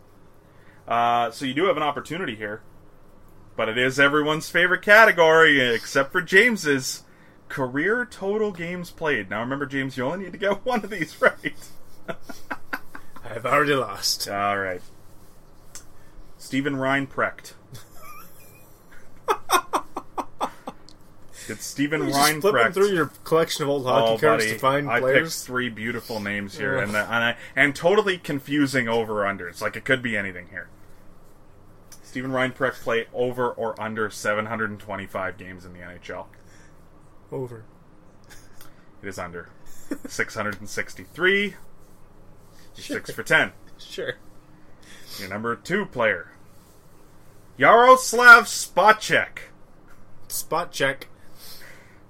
Uh, so you do have an opportunity here, but it is everyone's favorite category except for James's career total games played. Now remember, James, you only need to get one of these right. I've already lost. All right. Stephen Reinprecht. Did Stephen You're just flipping Reinprecht? through your collection of old hockey Oh, cards buddy, to find I picked players. three beautiful names here, Ugh. and, the, and I, and totally confusing over unders. Like it could be anything here. Stephen Reinprecht play over or under 725 games in the NHL. Over. It is under 663. You're six for ten. Sure. Your number two player, Yaroslav Spacek. Spot check.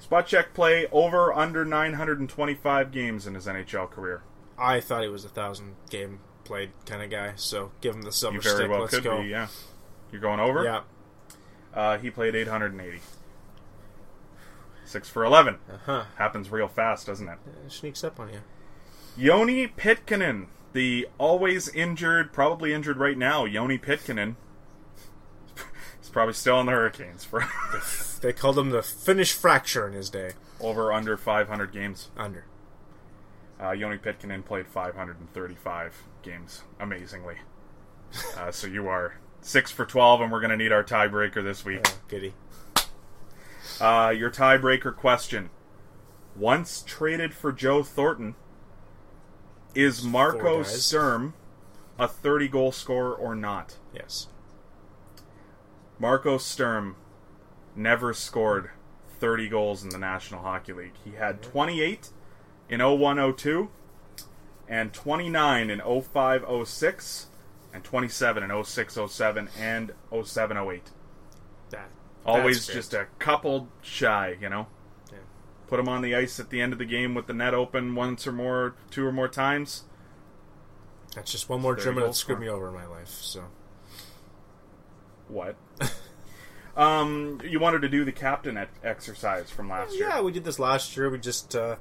Spacek play over under 925 games in his NHL career. I thought he was a thousand game played kind of guy, so give him the silver You very stick. well Let's could go. be. Yeah, you're going over. yeah. Uh, he played 880. Six for 11. Uh-huh. Happens real fast, doesn't it? It Sneaks up on you. Yoni Pitkinen, the always injured, probably injured right now, Yoni Pitkinen. He's probably still on the Hurricanes for They called him the Finnish fracture in his day. over under 500 games. Under. Uh, Yoni Pitkinen played 535 games, amazingly. Uh, so you are six for 12, and we're going to need our tiebreaker this week. Oh, goody. Uh, your tiebreaker question. Once traded for Joe Thornton, is Marco Four guys. Sturm a 30 goal scorer or not? Yes. Marco Sturm never scored 30 goals in the National Hockey League. He had 28 in 01 02, and 29 in 05 06, and 27 in 06 07, and 07 08. That. Always that's fair. just a couple shy, you know? Yeah. put him on the ice at the end of the game with the net open once or more, two or more times. That's just one more There German you go. that screwed me over in my life. So What? um, you wanted to do the captain e- exercise from last year. yeah, we did this last year. We just, uh,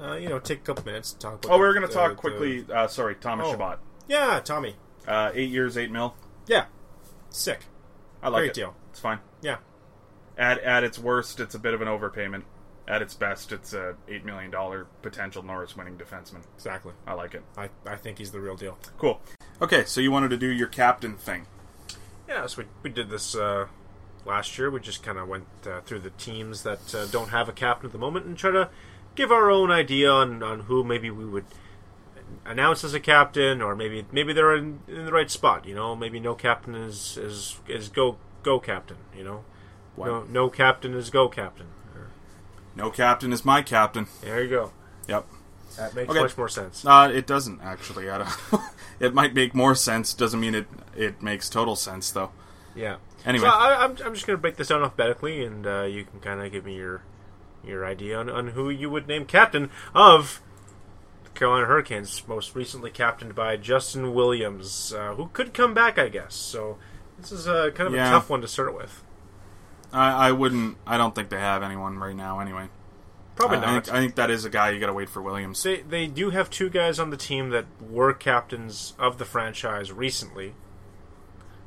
uh, you know, take a couple minutes to talk. About Oh, we were the- going to talk the- quickly. Uh, sorry, Thomas Oh. Shabbat. Yeah, Tommy. Uh, eight years, eight mil. Yeah, sick. I like Great it. deal. It's fine. Yeah, At at its worst, it's a bit of an overpayment. At its best, it's a eight million dollar potential Norris winning defenseman. exactly. I like it. I, I think he's the real deal. Cool. Okay, so you wanted to do your captain thing. Yeah, so we, we did this uh, last year. We just kind of went uh, through the teams that uh, don't have a captain at the moment and try to give our own idea on, on who maybe we would announce as a captain, or maybe maybe they're in, in the right spot. You know, maybe no captain is is is go go captain. You know, Wow. no, no captain is go captain. No captain is my captain. There you go. Yep. That makes Okay. much more sense. Uh, it doesn't actually. I don't. it might make more sense. Doesn't mean it. It makes total sense though. Yeah. Anyway. so I, I'm, I'm just gonna break this down alphabetically, and uh, you can kind of give me your your idea on, on who you would name captain of the Carolina Hurricanes, most recently captained by Justin Williams, uh, who could come back, I guess. So this is uh, kind of Yeah. a tough one to start with. I, I wouldn't. I don't think they have anyone right now. Anyway, Probably I, I not. think, I think that is a guy you got to wait for Williams. they they do have two guys on the team that were captains of the franchise recently.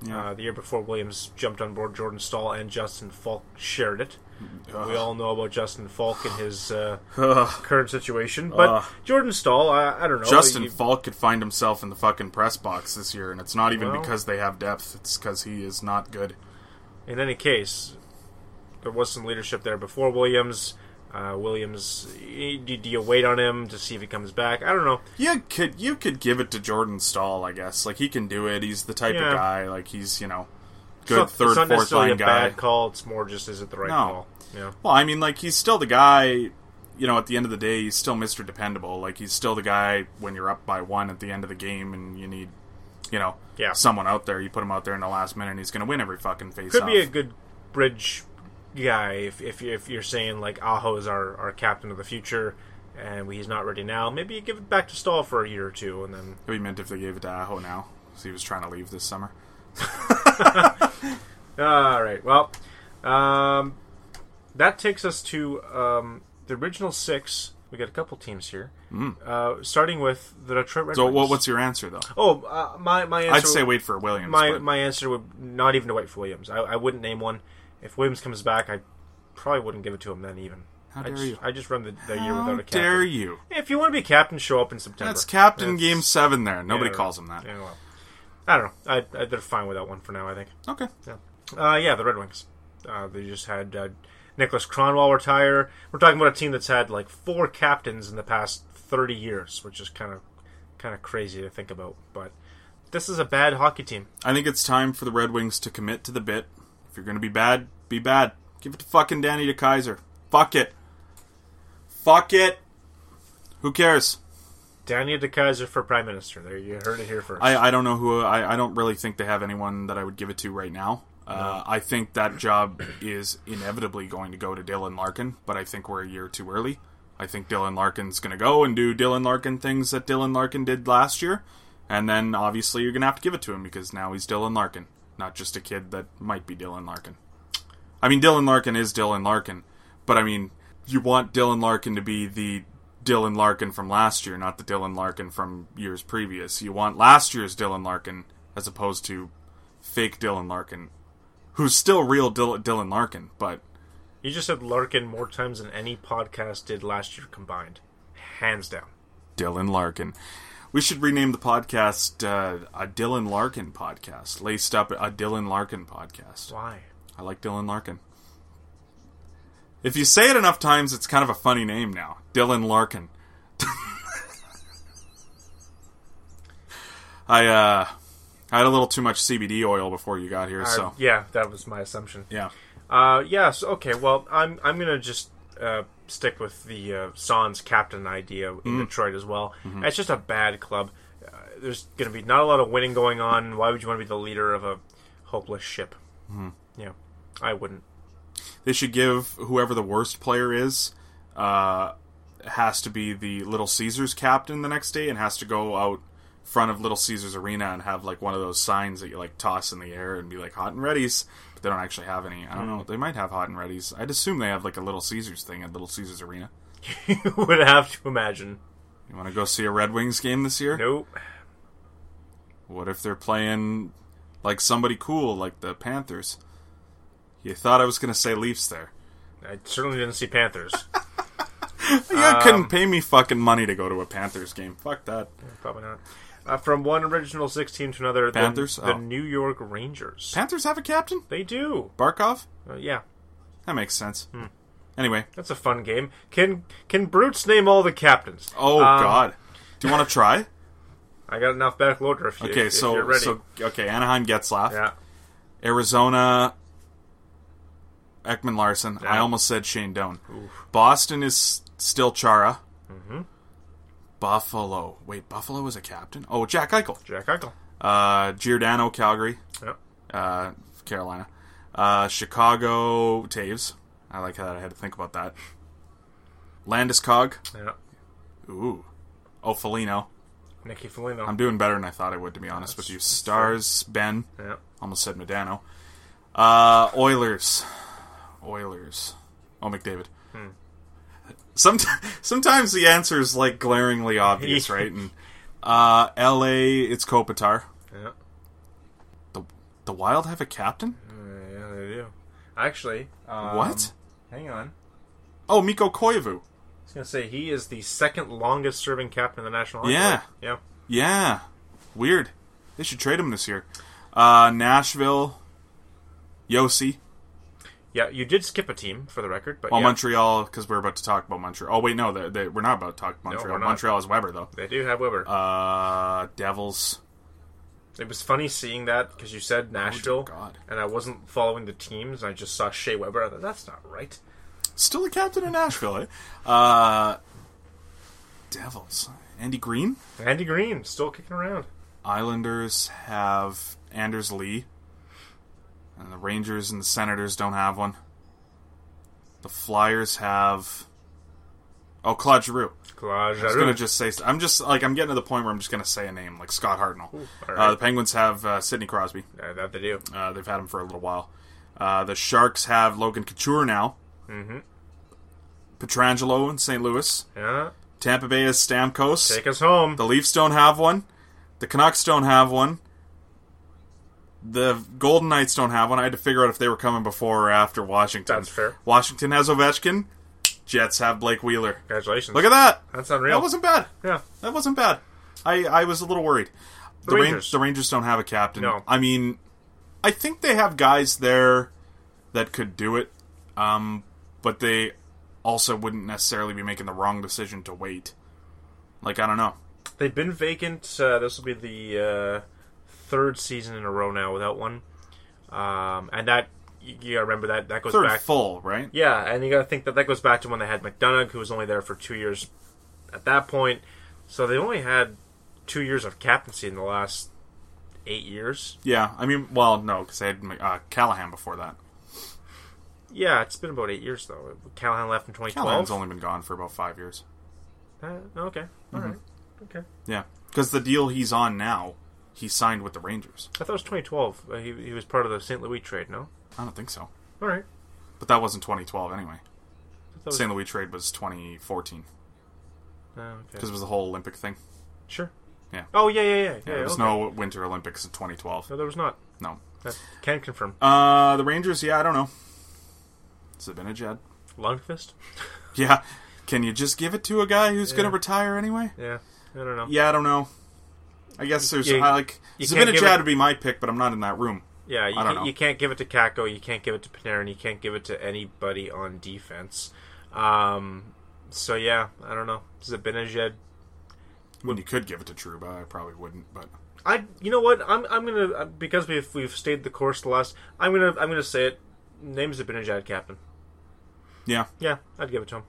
Yeah. Uh, the year before Williams jumped on board, Jordan Stahl and Justin Falk shared it. We all know about Justin Falk and his uh, Ugh. current situation, but Ugh. Jordan Stahl, I, I don't know. Justin he- Falk could find himself in the fucking press box this year, and it's not even Well- because they have depth. It's because he is not good. in any case, there was some leadership there before Williams. Uh, Williams, y- do, do you wait on him to see if he comes back? I don't know. You could you could give it to Jordan Stahl, I guess. Like he can do it. He's the type Yeah. of guy. Like he's you know It's good not- third it's not fourth necessarily line a guy. bad call. It's more just is it the right No. call? Yeah. Well, I mean, like he's still the guy. You know, at the end of the day, he's still Mister Dependable. Like he's still the guy when you're up by one at the end of the game, and you need, you know, Yeah. someone out there. You put him out there in the last minute, and he's going to win every fucking face. could be a good bridge guy if if, you- if you're saying like Aho is our, our captain of the future and he's not ready now. Maybe you give it back to Stahl for a year or two and then It'd be meant if they gave it to Aho now, because he was trying to leave this summer. all right. Well, um, that takes us to um, the original six. We got a couple teams here, uh, starting with the Detroit Red Hmm. So, Wings. what, what's your answer though? oh uh, my my answer? I'd say wait for Williams. my but- my answer would not even to wait for Williams. I, I wouldn't name one. If Williams comes back, I probably wouldn't give it to him then even. How I dare just, you. I just run the, the year How without a captain. dare you? If you want to be captain, show up in September. That's captain That's- game seven. There, nobody yeah, calls him that. Yeah, well, I don't know. I, I, they're fine with that one for now. I think. Okay. Yeah. Uh, yeah, the Red Wings. Uh, they just had uh, Nicholas Cronwall retire. We're talking about a team that's had like four captains in the past 30 years, which is kind of kind of crazy to think about. But this is a bad hockey team. I think it's time for the Red Wings to commit to the bit. If you're going to be bad, be bad. Give it to fucking Danny De Kaiser. Fuck it. Fuck it. Who cares? Daniel De Kaiser for prime minister. There, you heard it here first. I, uh, I don't know who. I, I don't really think they have anyone that I would give it to right now. Uh, I think that job is inevitably going to go to Dylan Larkin, but I think we're a year too early. I think Dylan Larkin's going to go and do Dylan Larkin things that Dylan Larkin did last year, and then obviously you're going to have to give it to him because now he's Dylan Larkin, not just a kid that might be Dylan Larkin. I mean, Dylan Larkin is Dylan Larkin, but I mean, you want Dylan Larkin to be the Dylan Larkin from last year, not the Dylan Larkin from years previous. You want last year's Dylan Larkin as opposed to fake Dylan Larkin, who's still real Dil- Dylan Larkin, but you just said Larkin more times than any podcast did last year combined, hands down. Dylan Larkin. We should rename the podcast uh, a Dylan Larkin podcast, laced up a Dylan Larkin podcast. Why? I like Dylan Larkin. If you say it enough times, it's kind of a funny name now. Dylan Larkin. I uh I had a little too much CBD oil before you got here, I- so yeah, that was my assumption. yeah. Uh, yes. Okay. Well, I'm I'm gonna just uh, stick with the uh, Sans captain idea in Mm-hmm. Detroit as well. It's just a bad club. Uh, there's gonna be not a lot of winning going on. Why would you want to be the leader of a hopeless ship? Mm-hmm. Yeah, I wouldn't. They should give whoever the worst player is uh has to be the Little Caesars captain the next day and has to go out front of Little Caesars Arena and have like one of those signs that you like toss in the air and be like hot and ready's. But they don't actually have any. I don't know. They might have hot and ready's. I'd assume they have like a Little Caesars thing at Little Caesars Arena. you would have to imagine. You want to go see a Red Wings game this year? Nope. What if they're playing like somebody cool like the Panthers? You thought I was going to say Leafs there. I certainly didn't see Panthers. You couldn't pay me fucking money to go to a Panthers game. Fuck that. Probably not. Uh, from one original six team to another, the- Panthers? the, Oh. New York Rangers. Panthers have a captain? they do. Barkov? Uh, yeah. That makes sense. Hmm. Anyway, That's a fun game. Can can Brutes name all the captains? oh Um, god, do you want to try? I got an alphabetic order if, you, Okay, if so you're ready. so okay, Anaheim Getzlaff, yeah. Arizona Ekman Larson. I almost said Shane Doan. Boston is s- still Chara. Mm-hmm. Buffalo. Wait, Buffalo is a captain? Oh, Jack Eichel. Jack Eichel. Uh, Giordano, Calgary, Yep. uh, Carolina. Uh, Chicago, Taves. I like how that I had to think about that. Landeskog. Yep. Ooh. Oh, Felino. Nicky Foligno. I'm doing better than I thought I would, to be honest with you. Stars, Ben. Yep. Almost said Medano. Uh, Oilers. Oilers. Oh, McDavid. Somet sometimes the answer is like glaringly obvious, Yeah. right? And uh, L.A. It's Kopitar. Yep. The the Wild have a captain. Yeah, they do. Actually, um, what? Hang on. Oh, Miko Koivu. I was gonna say he is the second longest serving captain of the National Hockey Yeah. League. Yeah. Yeah, weird. They should trade him this year. Uh, Nashville. Yossi. Yeah, you did skip a team for the record, but Well, yeah, Montreal, because we're about to talk about Montreal. Oh wait, no, they, they, we're not about to talk about Montreal. we're not. Montreal is Weber though. they do have Weber. Uh, Devils. it was funny seeing that because you said Nashville, Oh, God. and I wasn't following the teams. I just saw Shea Weber. I thought that's not right. Still the captain of Nashville, eh? Uh, Devils. Andy Green? Andy Green still kicking around. Islanders have Anders Lee. And the Rangers and the Senators don't have one. The Flyers have. Oh, Claude Giroux. Claude I was gonna Giroux. just say. I'm just like I'm getting to the point where I'm just gonna say a name like Scott Hartnell. all uh, right. the Penguins have uh, Sidney Crosby. Yeah, that they do. Uh, they've had him for a little while. Uh, the Sharks have Logan Couture now. Mm-hmm. Petrangelo in St. Louis. Yeah, Tampa Bay is Stamkos. take us home. The Leafs don't have one. The Canucks don't have one. The Golden Knights don't have one. I had to figure out if they were coming before or after Washington. That's fair. Washington has Ovechkin. Jets have Blake Wheeler. Congratulations. Look at that. That's unreal. That wasn't bad. yeah. That wasn't bad. I, I was a little worried. The, Rangers. Rangers. the Rangers don't have a captain. No. I mean, I think they have guys there that could do it, um, but they also wouldn't necessarily be making the wrong decision to wait. Like, I don't know. They've been vacant. Uh, this will be the uh, third season in a row now without one. Um, and that you, you gotta remember that that goes Third back. full, right? yeah, and you gotta think that that goes back to when they had McDonough, who was only there for two years at that point. So they only had two years of captaincy in the last eight years. Yeah, I mean, well, no, because they had uh, Callahan before that. Yeah, it's been about eight years though. Callahan left in twenty Callahan's twelve. Uh, only been gone for about five years. okay, all Mm-hmm. right, okay. Yeah, because the deal he's on now, he signed with the Rangers. I thought it was twenty twelve. Uh, he he was part of the St. Louis trade. No, I don't think so, all right. but that wasn't 2012 anyway. I thought it was- St. Louis trade was 2014 Oh, okay. because it was the whole Olympic thing. Sure. Yeah. Oh yeah, yeah, yeah. Yeah, yeah there was okay. no Winter Olympics in 2012. No, there was not. No. I can confirm. Uh, the Rangers, yeah, I don't know. Sabinajad. Longfist. Yeah. Can you just give it to a guy who's going to retire anyway? Yeah. I don't know. Yeah, I don't know. I guess there's You- I like you can't give Zibanejad it- would be my pick, but I'm not in that room. Yeah, you, I don't know. can, you can't give it to Kako. You can't give it to Panarin. You can't give it to anybody on defense. Um, so yeah, I don't know. Zibanejad. When you could give it to Truba, I probably wouldn't, but I. You know what? I'm. I'm gonna uh, because we've we've stayed the course the last. I'm gonna. I'm gonna say it. Name Zibanejad captain. yeah. Yeah, I'd give it to him.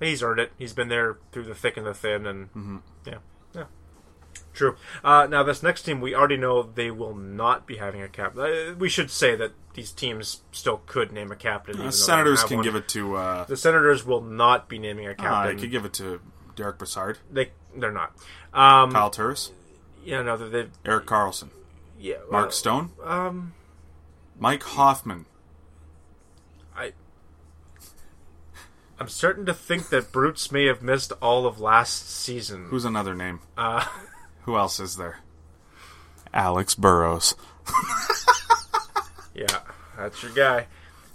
He's earned it. He's been there through the thick and the thin, and Mm-hmm. yeah, yeah, true. Uh, now this next team, we already know they will not be having a cap. Uh, we should say that these teams still could name a captain. even though The they Uh, Senators don't have can one. give it to uh, The Senators will not be naming a uh they captain. could give it to Derek Brassard, they they're not. Um, Kyle Turris, yeah, no, they. they- Eric Carlson, Yeah, Mark well, Stone, um, Mike Hoffman. I. I'm starting to think that Brutes may have missed all of last season. Who's another name? Uh, Who else is there? Alex Burrows. Yeah, that's your guy.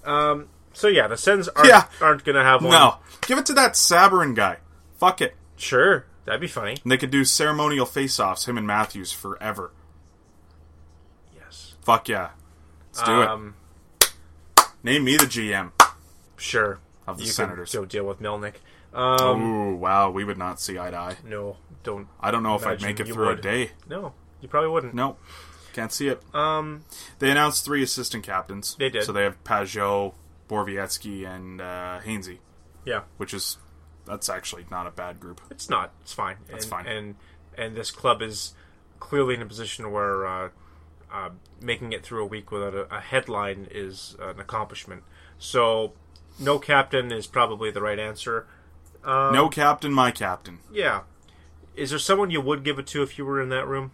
Um, so yeah, the Sens aren't, Yeah. aren't gonna have one. No, give it to that Sabarin guy. Fuck it. sure, that'd be funny. And they could do ceremonial face-offs, him and Matthews, forever. Yes, Fuck yeah. Let's do um, it. Name me the GM. sure. Of the you Senators. Can go deal with Melnick. Um, Ooh, wow, we would not see eye to eye. no, don't. I don't know if I'd Imagine make it you through a would. day. No, you probably wouldn't. Nope. Can't see it. Um, they announced three assistant captains. They did. So they have Pajot, Borvietsky and uh, Hainsey, Yeah, which is that's actually not a bad group. it's not. It's fine. It's and, fine. And and this club is clearly in a position where uh, uh, making it through a week without a, a headline is an accomplishment. So, no captain is probably the right answer. no captain, my captain. Yeah. Is there someone you would give it to if you were in that room?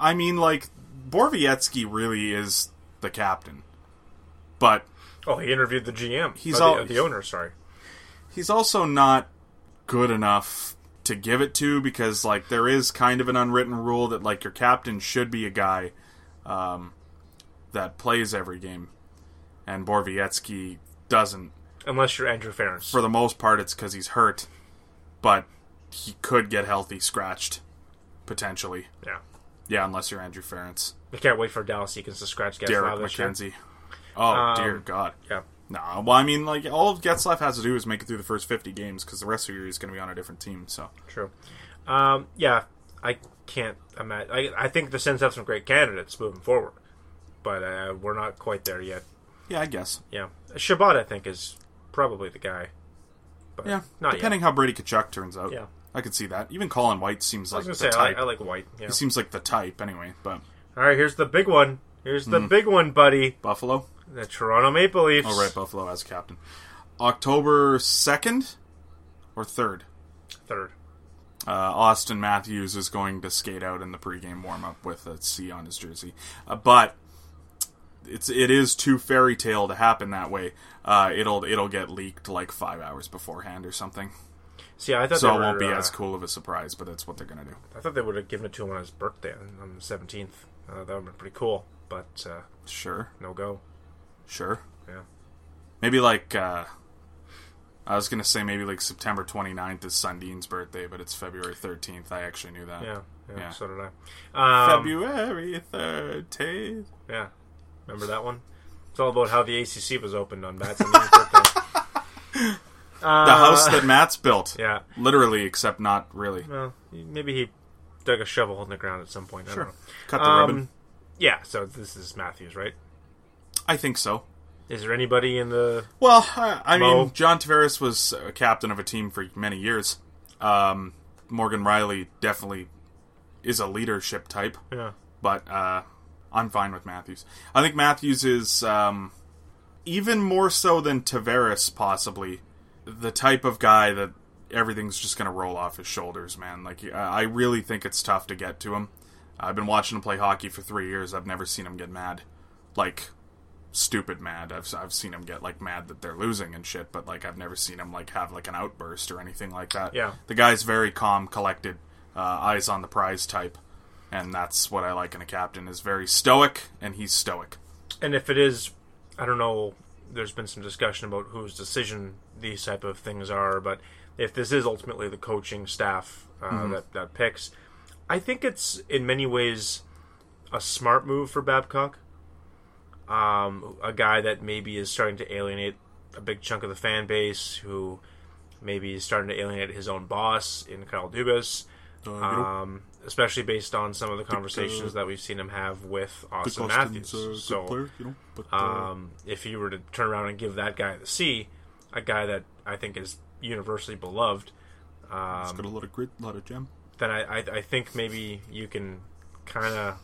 I mean, like Borvietsky really is the captain, but Oh, he interviewed the GM. He's Uh, the- al- the owner. Sorry. he's also not good enough to give it to because like there is kind of an unwritten rule that like your captain should be a guy um, that plays every game, and Borvietsky doesn't. Unless you're Andrew Ference. For the most part, it's because he's hurt, but he could get healthy scratched potentially. yeah. Yeah, unless you're Andrew Ference, I can't wait for Dallas Eakins to scratch Derek Getzlaff this year. McKenzie. Oh dear Um, God. Yeah. No, well, I mean, like all Getzlaff has to do is make it through the first fifty games because the rest of the year he's going to be on a different team. So True. Um, yeah, I can't imagine. I, I think the Sens have some great candidates moving forward, but uh, we're not quite there yet. yeah, I guess. Yeah, Shabbat I think is probably the guy. But Yeah, not depending Yet. how Brady Kachuk turns out. Yeah. I could see that. Even Colin White seems I like was the gonna say I, type. like- I like White. Yeah. He seems like the type anyway. But All right, here's the big one. Here's the big one, buddy. Buffalo, The Toronto Maple Leafs. Hmm. all right, Buffalo as captain. October second or third. third. Uh, Austin Matthews is going to skate out in the pregame warm up with a C on his jersey, uh, but it's it is too fairy tale to happen that way. Uh, it'll it'll get leaked like five hours beforehand or something, See, I thought so they it were, won't be uh, as cool of a surprise. But that's what they're gonna do. I thought they would have given it to him on his birthday on on the seventeenth. Uh, that would have been pretty cool, but uh, Sure, no go. sure. Yeah. Maybe like uh, I was gonna say maybe like September 29th is Sundine's birthday, but it's February 13th. I actually knew that. Yeah, yeah, Yeah. so did I. Um, February 13th. yeah, remember that one? It's all about how the ACC was opened on Matt's and Ian's birthday. uh, The house that Matt's built. Yeah, Literally, except not really. well, maybe he dug a shovel in the ground at some point. I don't Sure. know. Cut the Um, ribbon. Yeah, so this is Matthews, right? I think so. Is there anybody in the? Well, I, I Mo. mean, John Tavares was a captain of a team for many years. Um, Morgan Riley definitely is a leadership type, Yeah, but uh, I'm fine with Matthews. I think Matthews is um, even more so than Tavares, possibly the type of guy that everything's just going to roll off his shoulders, man. Like, I I really think it's tough to get to him. I've been watching him play hockey for three years. I've never seen him get mad. Like, stupid mad. I've, I've seen him get, like, mad that they're losing and shit, but, like, I've never seen him, like, have, like, an outburst or anything like that. Yeah. The guy's very calm, collected, uh, eyes on the prize type. And that's what I like in a captain is very stoic, and he's stoic. and if it is, I don't know. There's been some discussion about whose decision these type of things are, but if this is ultimately the coaching staff uh, that that picks, I think it's in many ways a smart move for Babcock. Um, a guy that maybe is starting to alienate a big chunk of the fan base, who maybe is starting to alienate his own boss in Kyle Dubas. Um, especially based on some of the conversations that we've seen him have with Austin Matthews. so, um, if you were to turn around and give that guy the C, a guy that I think is universally beloved, He's got a lot of grit, a lot of gem. then I, I, I think maybe you can kind of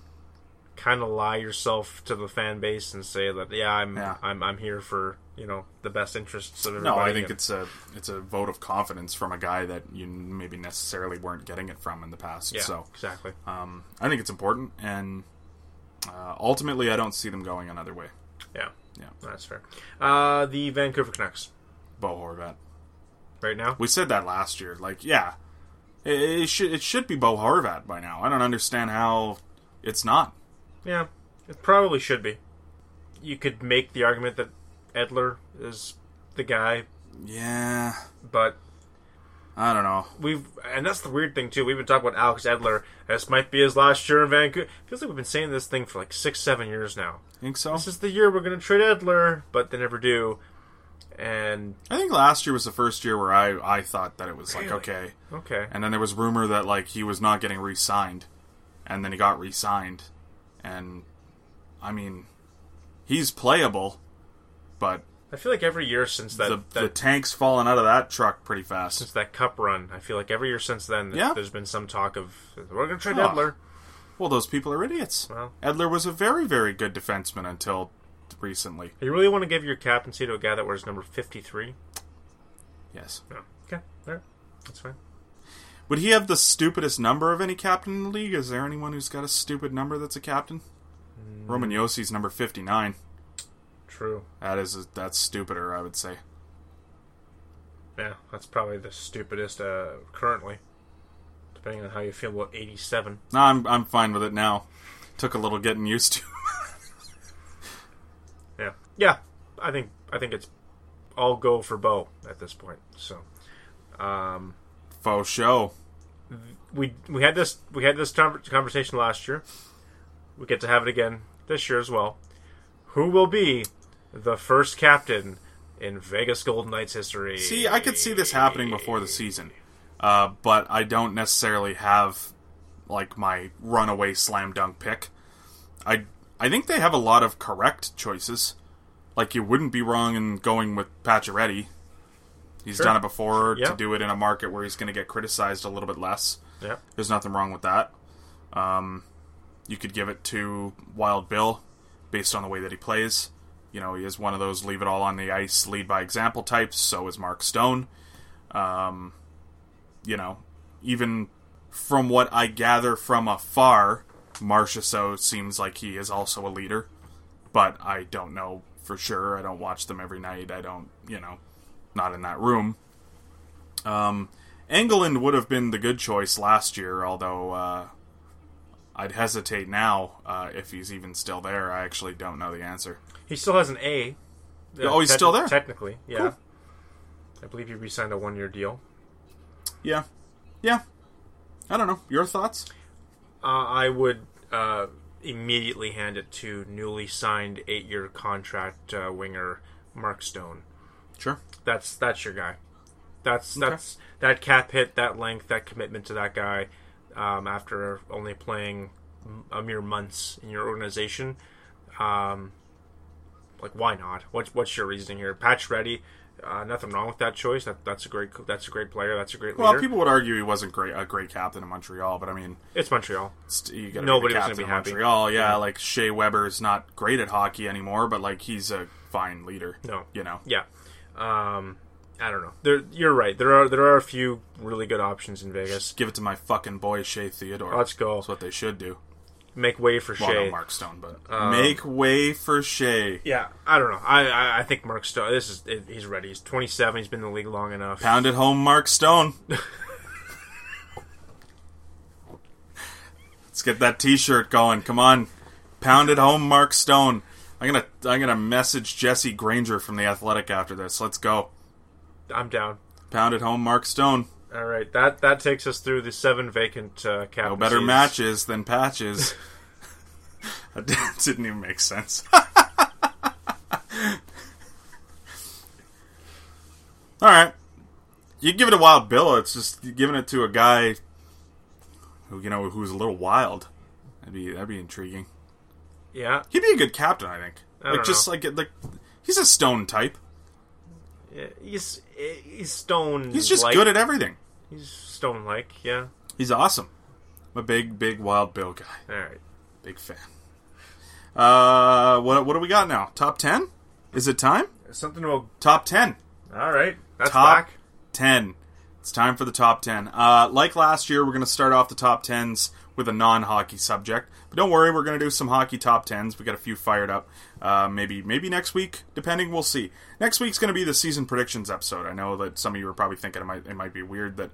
kind of lie yourself to the fan base and say that yeah I'm Yeah. I'm I'm here for you know the best interests of No, everybody. I think and- it's a it's a vote of confidence from a guy that you maybe necessarily weren't getting it from in the past. yeah So exactly. um, I think it's important, and uh, ultimately, I don't see them going another way. yeah, Yeah, that's fair. Uh, the Vancouver Canucks Bo Horvat. right now. We said that last year. Like, yeah, it, it should it should be Bo Horvat by now. I don't understand how it's not. Yeah, it probably should be. You could make the argument that Edler is the guy, Yeah, but I don't know. we've and that's the weird thing too. We've been talking about Alex Edler. This might be his last year in Vancouver. Feels like we've been saying this thing for like six, seven years now. Think so? This is the year we're going to trade Edler, but they never do. And I think last year was the first year where I I thought that it was like Really? okay. okay, And then there was rumor that like he was not getting re-signed, and then he got re-signed, and I mean, he's playable, but I feel like every year since that, the, that the tank's fallen out of that truck pretty fast. since that cup run, I feel like every year since then, Yeah. there's been some talk of we're going to trade Huh. Edler. Well, those people are idiots. Well. Edler was a very, very good defenseman until recently. You really want to give your captaincy to a guy that wears number fifty-three? Yes. No. Okay, all right, that's fine. Would he have the stupidest number of any captain in the league? Is there anyone who's got a stupid number that's a captain? Mm. Roman Yossi's number 59. True. That is that's stupider, I would say. Yeah, that's probably the stupidest uh, currently. Depending on how you feel about eighty-seven. No, I'm I'm fine with it now. Took a little getting used to. Yeah, yeah. I think I think it's all go for Bo at this point. So Faux show. we we had this we had this conver- conversation last year. We get to have it again this year as well. Who will be the first captain in Vegas Golden Knights history? See, I could see this happening before the season, uh, but I don't necessarily have like my runaway slam dunk pick. I I think they have a lot of correct choices. Like you wouldn't be wrong in going with Pacioretty. He's Sure. done it before Yeah. to do it in a market where he's going to get criticized a little bit less. Yeah. There's nothing wrong with that. Um, you could give it to Wild Bill based on the way that he plays. You know, he is one of those leave it all on the ice, lead by example types. So is Mark Stone. Um, you know, even from what I gather from afar, Marchessault seems like he is also a leader, but I don't know for sure. I don't watch them every night. I don't, you know, not in that room. Engeland would have been the good choice last year, although uh, I'd hesitate now uh, if he's even still there. I actually don't know the answer. He still has an A. Oh, he's still there? Technically, yeah. Cool. I believe he re-signed a one-year deal. Yeah, yeah. I don't know. Your thoughts? Uh, I would uh, immediately hand it to newly signed eight-year contract uh, winger Mark Stone. Sure. That's that's your guy. That's that's that cap hit, that length, that commitment to that guy. Um, after only playing m- a mere months in your organization, um, like why not? What's what's your reasoning here? Patch ready. Uh, nothing wrong with that choice. That that's a great co- that's a great player. That's a great leader. Well, people would argue he wasn't great a great captain in Montreal, but I mean, it's Montreal. st- you got Nobody was be the gonna captain be of happy. Montreal. Yeah, like Shea Weber's not great at hockey anymore, but like he's a fine leader. No. you know. Yeah. Um, I don't know. There, you're right. There are there are a few really good options in Vegas. Give it to my fucking boy Shea Theodore. Let's go. That's what they should do. Make way for Well, Shea. Um, no, Mark Stone, but make way for Shea. Yeah, I don't know. I I, I think Mark Stone. This is he's ready. He's 27. He's been in the league long enough. Pound it home, Mark Stone. Let's get that T-shirt going. Come on, pound it home, Mark Stone. I'm gonna I'm gonna message Jesse Granger from the Athletic after this. Let's go. I'm down. Pound it home, Mark Stone. All right, that that takes us through the seven vacant uh, captaincies. No Oh, better matches than patches. that didn't even make sense. All right, you give it a wild Bill. It's just giving it to a guy who you know who's a little wild. That'd be that'd be intriguing. Yeah, He'd be a good captain, I think. I like don't just know. like like he's a stone type. he's he's stone. He's just good at everything. He's stone like. Yeah. He's awesome. I'm a big big wild Bill guy. All right. Big fan. Uh, what what do we got now? Top ten? Is it time? Something about. Top ten. All right. That's Top back. ten. It's time for the top ten. Uh, like last year, we're going to start off the top tens with a non-hockey subject. But don't worry, we're going to do some hockey top tens. We got a few fired up. Uh, maybe maybe next week, depending. We'll see. Next week's going to be the season predictions episode. I know that some of you are probably thinking it might it might be weird that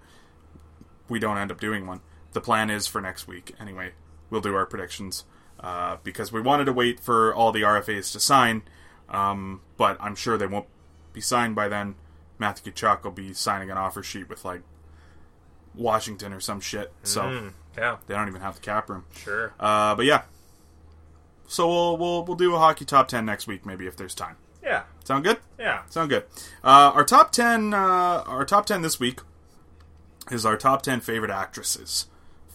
we don't end up doing one. The plan is for next week. Anyway, we'll do our predictions uh, because we wanted to wait for all the RFAs to sign, um, but I'm sure they won't be signed by then. Matthew Kachuk will be signing an offer sheet with like Washington or some shit, so Yeah. they don't even have the cap room. Sure. Uh, but yeah, so we'll we'll we'll do a hockey top ten next week maybe if there's time. yeah. Sound good? Yeah. Sound good. Uh, our top ten. Uh, our top ten this week is our top ten favorite actresses.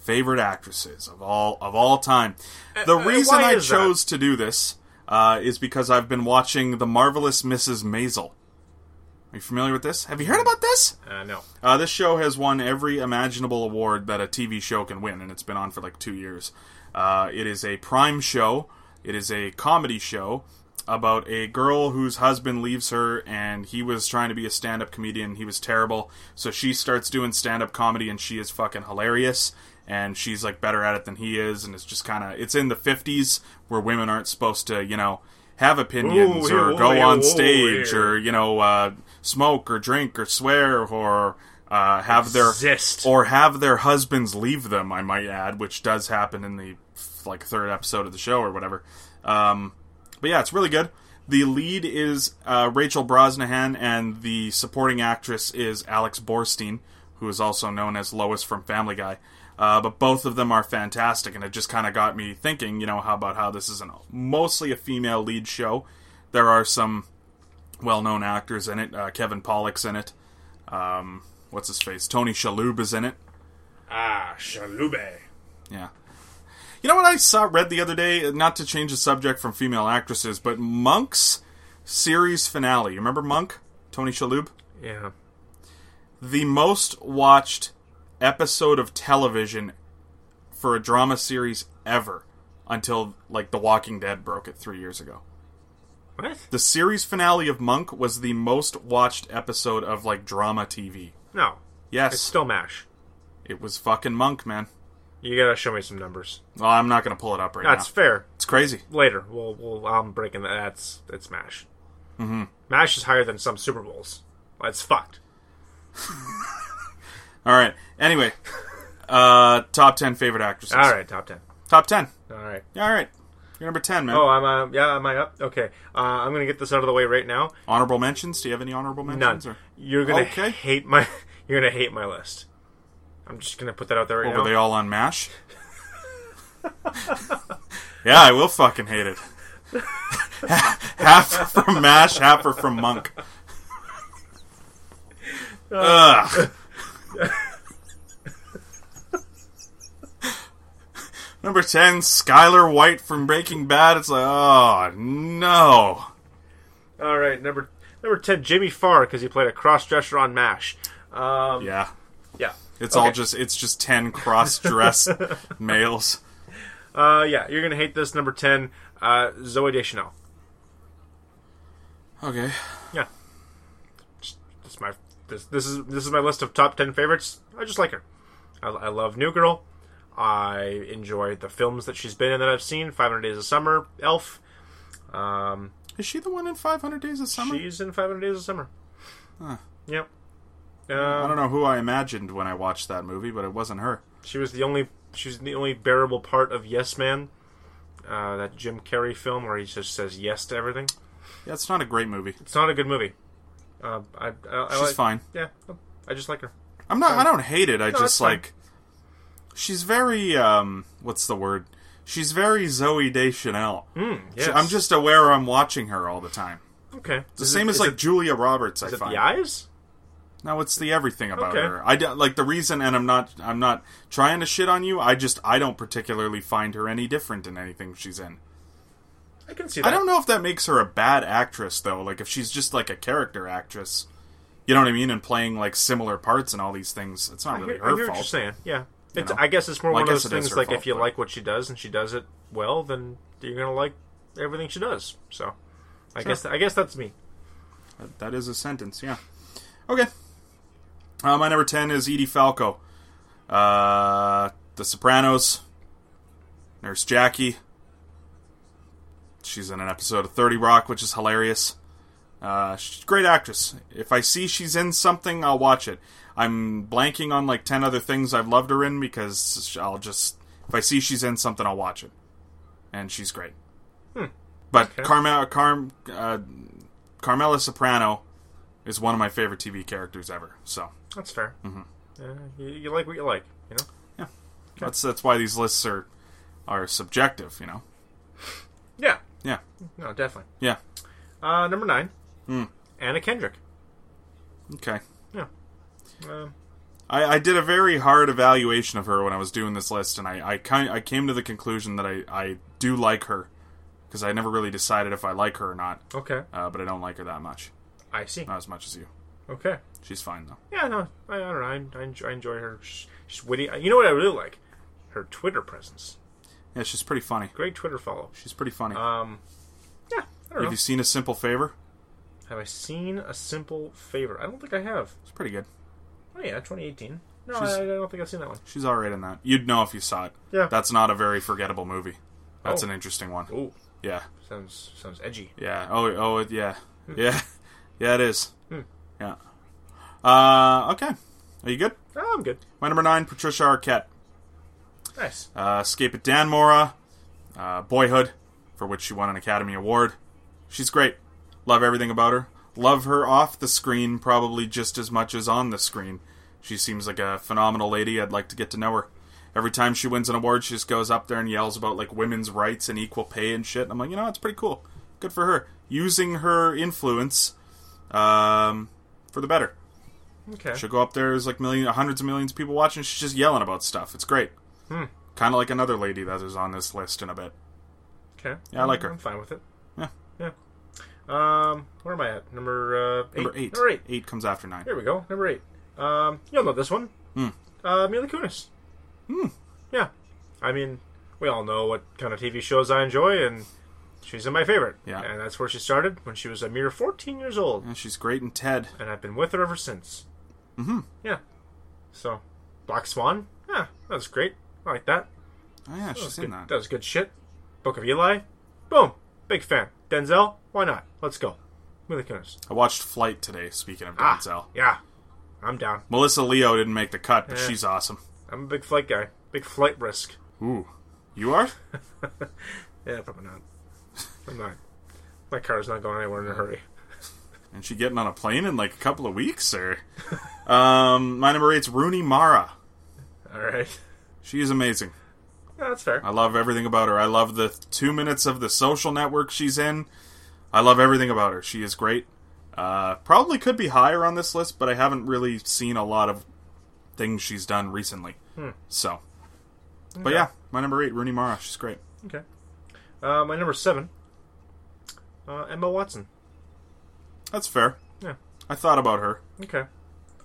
Favorite actresses of all of all time. The uh, reason why I is that? chose to do this, uh, is because I've been watching The Marvelous Mrs. Maisel. Are you familiar with this? Have you heard about this? Uh, no. Uh, this show has won every imaginable award that a TV show can win, and it's been on for like two years. Uh, it is a prime show. It is a comedy show about a girl whose husband leaves her, and he was trying to be a stand-up comedian. He was terrible, so she starts doing stand-up comedy, and she is fucking hilarious. And she's like better at it than he is, and it's just kind of it's in the fifties where women aren't supposed to, you know, have opinions Ooh, or yeah, go whoa, on yeah, whoa, stage yeah. or you know uh, smoke or drink or swear or uh, have their Exist. or have their husbands leave them. I might add, which does happen in the like third episode of the show or whatever. Um, but yeah, it's really good. The lead is uh, Rachel Brosnahan, and the supporting actress is Alex Borstein, who is also known as Lois from Family Guy. Uh, but both of them are fantastic, and it just kind of got me thinking, you know, how about how this is an, mostly a female lead show. There are some well-known actors in it. Uh, Kevin Pollock's in it. Um, what's his face? Tony Shalhoub is in it. Ah, Shalube. Yeah. You know what I saw read the other day? Not to change the subject from female actresses, but Monk's series finale. You remember Monk? Tony Shalhoub. Yeah. The most watched episode of television for a drama series ever until like The Walking Dead broke it 3 years ago. What? The series finale of Monk was the most watched episode of like drama TV. No. Yes. It's still MASH. It was fucking Monk, man. You gotta show me some numbers. Well, I'm not going to pull it up right That's now. fair. It's crazy. Later, we'll, we'll um, I'm breaking that. That's it's Mash. Mm-hmm. Mash is higher than some Super Bowls. That's fucked. All right. Anyway, uh, top ten favorite actresses. All right, top ten. Top ten. All right. Yeah, all right. You're number ten, man. Oh, I'm uh, yeah, am I up? Okay, uh, I'm gonna get this out of the way right now. Honorable mentions. Do you have any honorable None. mentions? Or You're gonna Okay. hate my. You're gonna hate my list. I'm just gonna put that out there right were they now. all on Mash? yeah, I will fucking hate it. half are from Mash, half are from Monk. Ugh. Number ten, Skylar White from Breaking Bad. It's like, oh no. All right, number number ten, Jimmy Farr, because he played a cross dresser on Mash. Um, Yeah. yeah, It's Okay. all just it's just ten cross dressed males. Uh, yeah, you're gonna hate this number ten, uh, Zoe Deschanel. Okay. Yeah, Just- that's my this this is this is my list of top ten favorites. I just like her. I, I love New Girl. I enjoy the films that she's been in that I've seen: Five Hundred Days of Summer, Elf. Um, Is she the one in Five Hundred Days of Summer? she's in Five Hundred Days of Summer. Yep. I Um, don't know who I imagined when I watched that movie, but it wasn't her. she was the only she was the only bearable part of Yes Man, uh, that Jim Carrey film where he just says yes to everything. Yeah, it's not a great movie. It's not a good movie. Uh, I, I, I She's like- fine. Yeah, I just like her. I'm not. I don't hate it. I it's just fine. like. She's very. um What's the word? She's very Zoe Deschanel. Hmm, Yes. I'm just aware I'm watching her all the time. okay. The same as like Julia Roberts. I is it find. the eyes. No, it's the everything about Okay. her. I d- like the reason, and I'm not. I'm not trying to shit on you. I just I don't particularly find her any different in anything she's in. I can see that. I don't know if that makes her a bad actress though. Like if she's just like a character actress, you know what I mean, and playing like similar parts and all these things. It's not I really hear, I her hear what you're fault. saying. Yeah, it's. know? I guess it's more Well, I one of guess those it is things her like fault, if you but- like what she does and she does it well, then you're gonna like everything she does. So, I guess I guess that's me. That is a sentence. Yeah. Okay. Uh, my number ten is Edie Falco, uh, The Sopranos, Nurse Jackie. She's in an episode of Thirty Rock, which is hilarious. Uh, she's a great actress. If I see she's in something, I'll watch it. I'm blanking on like ten other things I've loved her in because I'll just if I see she's in something, I'll watch it, and she's great. But Carmel, Carm, uh, Carmela Soprano is one of my favorite TV characters ever. So That's fair. Mm-hmm. Yeah, you, you like what you like, you know. that's that's why these lists are are subjective. You know. Yeah. Yeah. No, definitely. Yeah. Uh, number nine, Hmm. Anna Kendrick. Okay. Yeah. Um, I, I did a very hard evaluation of her when I was doing this list, and I I, kind I came to the conclusion that I, I do like her because I never really decided if I like her or not. Okay. Uh, but I don't like her that much, I see. not as much as you. Okay. She's fine though. Yeah, no, I, I don't know. I, I, enjoy, I enjoy her. She's, she's witty. You know what I really like? Her Twitter presence. Yeah, she's pretty funny. Great Twitter follow. She's pretty funny. Um, Yeah, I don't Have Uh, know. you seen a simple favor? Have I seen a simple favor? I don't think I have. It's pretty good. Oh yeah, 2018. No, She's- I, I don't think I've seen that one. She's all right in that. You'd know if you saw it. Yeah. That's not a very forgettable movie. That's Oh. an interesting one. Oh, Yeah. sounds sounds edgy. Yeah. Oh. Oh. it- Yeah. Yeah. Yeah. It is. Yeah. Uh. Okay. Are you good? Oh, I'm good. My number nine, Patricia Arquette. Nice. Uh, Escape at Danmora, uh, Boyhood, for which she won an Academy Award. She's great. Love everything about her. Love her off the screen probably just as much as on the screen. She seems like a phenomenal lady. I'd like to get to know her. Every time she wins an award, she just goes up there and yells about like women's rights and equal pay and shit. And I'm like, you know, it's pretty cool. Good for her. Using her influence um, for the better. Okay. She'll go up there. There's like million, hundreds of millions of people watching. She's just yelling about stuff. It's great. Hmm. Kind of like another lady that is on this list in a bit. Okay. Yeah, I like her. I'm fine with it. Yeah. Yeah. Um, where am I at? Number uh, eight. Number eight. Number eight. Eight comes after nine. Here we go. Number eight. Um, you'll know this one. Hmm. Uh, Mila Kunis. Hmm. Yeah. I mean, we all know what kind of TV shows I enjoy, and she's in my favorite. Yeah. Hmm. And that's where she started when she was a mere 14 years old, And she's great in Ted. and I've been with her ever since. Mm-hmm. Yeah. So, Black Swan. Yeah, that was great. I like that. Oh yeah, she's Good- in that. that was good shit. Book of Eli. Boom. Big fan. Denzel. Why not? Let's go. Mila Kunis. I watched Flight today. Speaking of Ah, Denzel, Yeah. I'm down. Melissa Leo didn't make the cut, but Yeah. she's awesome. I'm a big flight guy. Big flight risk. Ooh, you are? Yeah, probably not. I'm not. My car's not going anywhere in a hurry. and she getting on a plane in like a couple of weeks, or? um, my number eight's Rooney Mara. All right. She is amazing. Yeah, that's fair. I love everything about her. I love the two minutes of the social network she's in. I love everything about her. She is great. Uh, probably could be higher on this list, but I haven't really seen a lot of things she's done recently. Hmm. So, but yeah, my number eight, Rooney Mara. She's great. Okay. Uh, my number seven. Uh, Emma Watson. That's fair. Yeah. I thought about her. Okay.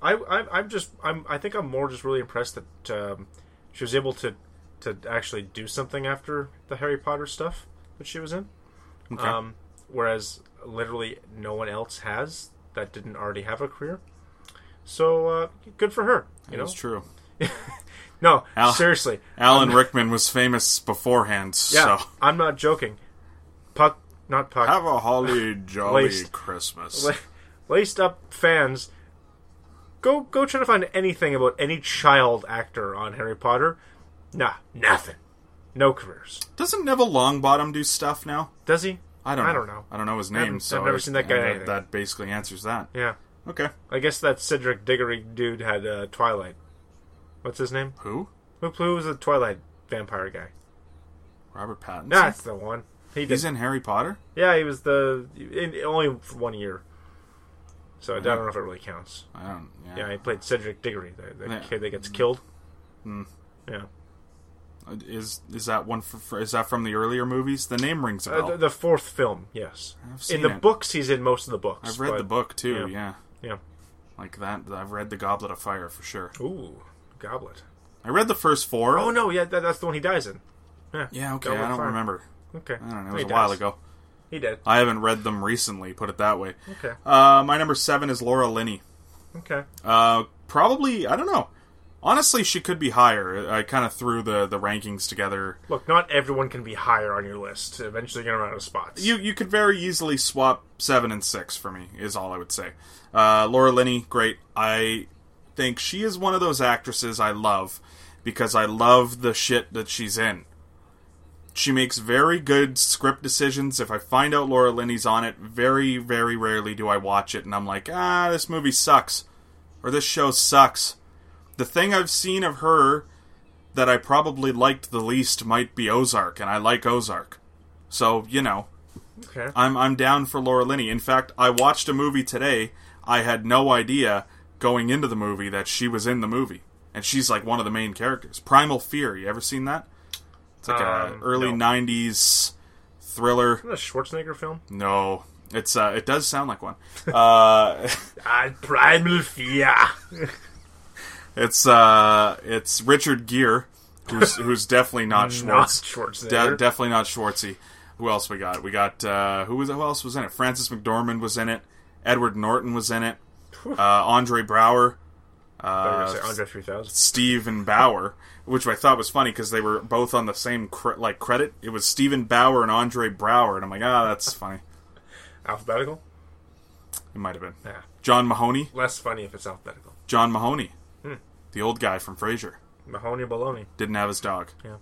I, I I'm just I'm I think I'm more just really impressed that um, she was able to to actually do something after the Harry Potter stuff that she was in. Okay. Um, whereas literally no one else has that didn't already have a career. So uh, good for her. You know. That's true. No, Al- seriously. Alan Rickman was famous beforehand, Yeah, so I'm not joking. Puck, not puck. have a holly jolly Laced. Christmas. la- laced up fans. Go go try to find anything about any child actor on Harry Potter. Nah, nothing. No careers. Doesn't Neville Longbottom do stuff now? Does he? I don't. I know. don't know. I don't know his haven't- name. so I've never I- seen that guy in anything. That, that basically answers that. Yeah. Okay. I guess that Cedric Diggory dude had uh, Twilight. What's his name? Who? Who, who was the Twilight vampire guy? Robert Pattinson. That's the one. He did. He's in Harry Potter. yeah, he was the in, only for one year. So I Uh-huh. don't know if it really counts. I don't. Yeah, Yeah. he played Cedric Diggory, the, the Yeah. Hmm. kid that gets killed. Yeah. Uh, Is is that one? For, for- is that from the earlier movies? The name rings a Uh, bell. the, the fourth film, yes. seen in the it. books, he's in most of the books. I've read but- the book too. yeah. Yeah. Yeah. Like that. I've read the Goblet of Fire for sure. Ooh, Goblet. I read the first four. Oh no, yeah, that, that's the one he dies in. Yeah. Yeah. Okay. Goblet I of don't Fire. remember. Okay. I don't know. It No, was he a while dies. ago. He did. I haven't read them recently. Put it that way. Okay. Uh, my number seven is Laura Linney. Okay. Uh, probably. I don't know. Honestly, she could be higher. I kind of threw the the rankings together. Look, not everyone can be higher on your list. Eventually, you're gonna run out of spots. you you could very easily swap seven and six for me is all I would say. Uh, Laura Linney, great. I think she is one of those actresses I love because I love the shit that she's in. She makes very good script decisions. If I find out Laura Linney's on it, very very rarely do I watch it and I'm like, ah, this movie sucks or this show sucks. The thing I've seen of her that I probably liked the least might be Ozark, and I like Ozark. So, you know, Okay. I'm I'm down for Laura Linney. In fact, I watched a movie today. I had no idea going into the movie that she was in the movie, and she's like one of the main characters. Primal Fear. You ever seen that? It's like Um, a early no. '90s thriller. Isn't that a Schwarzenegger film? No, it's uh, it does sound like one. Uh, Ah, Primal Fear. it's uh, it's Richard Gere, who's who's definitely not Not Schwartz. De- Schwarzenegger. definitely not Schwartzy. Who else we got? We got uh, who was who else was in it? Francis McDormand was in it. Edward Norton was in it. Uh, Andre Brower, I thought you were uh, gonna say Andre 3000. Steven Bauer, which I thought was funny because they were both on the same cre- like credit. It was Steven Bauer and Andre Brower, and I'm like, ah, that's funny. Alphabetical? It might have been Yeah. John Mahoney. Less funny if it's alphabetical. John Mahoney, Hmm. the old guy from Frasier, Mahoney Baloney. didn't have his dog. Yeah.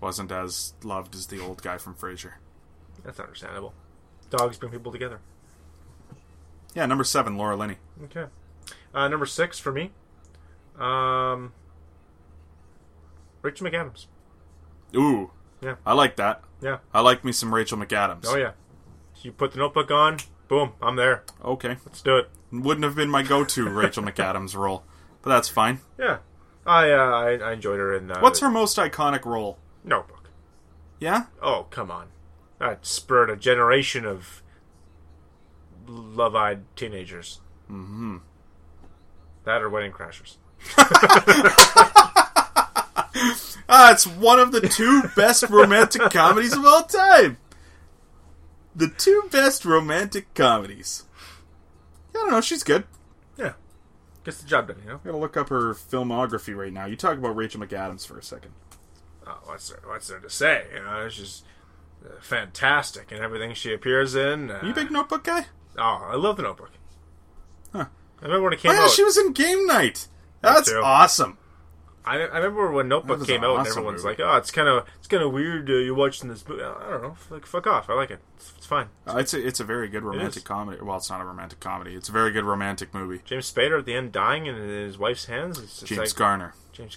Wasn't as loved as the old guy from Frasier. That's understandable. Dogs bring people together. Yeah, number seven, Laura Linney. Okay. Uh, number six for me. Um, Rich McAdams. Ooh, Yeah. I like that. Yeah. I like me some Rachel McAdams. Oh yeah. You put the notebook on. Boom. I'm there. Okay, Let's do it. wouldn't have been my go-to Rachel McAdams role, but that's fine. Yeah. I uh, I, I enjoyed her in. Uh, What's her most iconic role? notebook? Yeah, Oh come on. That spurred a generation of love-eyed teenagers. Mm-hmm. That or Wedding Crashers. ah, it's one of the two best romantic comedies of all time. The two best romantic comedies. I don't know. She's good. Yeah. Gets the job done. You know. I gotta look up her filmography right now. You talk about Rachel McAdams for a second. uh, what's there, what's there to say? You know, it's just uh, fantastic and everything she appears in. Uh, You big notebook guy? oh, I love the Notebook. Huh. I remember when it came Oh yeah, out. she was in Game Night. That's too. awesome. I, I remember when That Notebook was came an out, and awesome everyone's movie. like, "Oh, it's kind of it's kind of weird. Uh, you're watching this movie. I don't know. Like, fuck off. I like it. It's, it's fine." Uh, it's a, it's a very good romantic is. comedy. Well, it's not a romantic comedy. It's a very good romantic movie. James Spader at the end dying in his wife's hands. It's just James like Garner. James.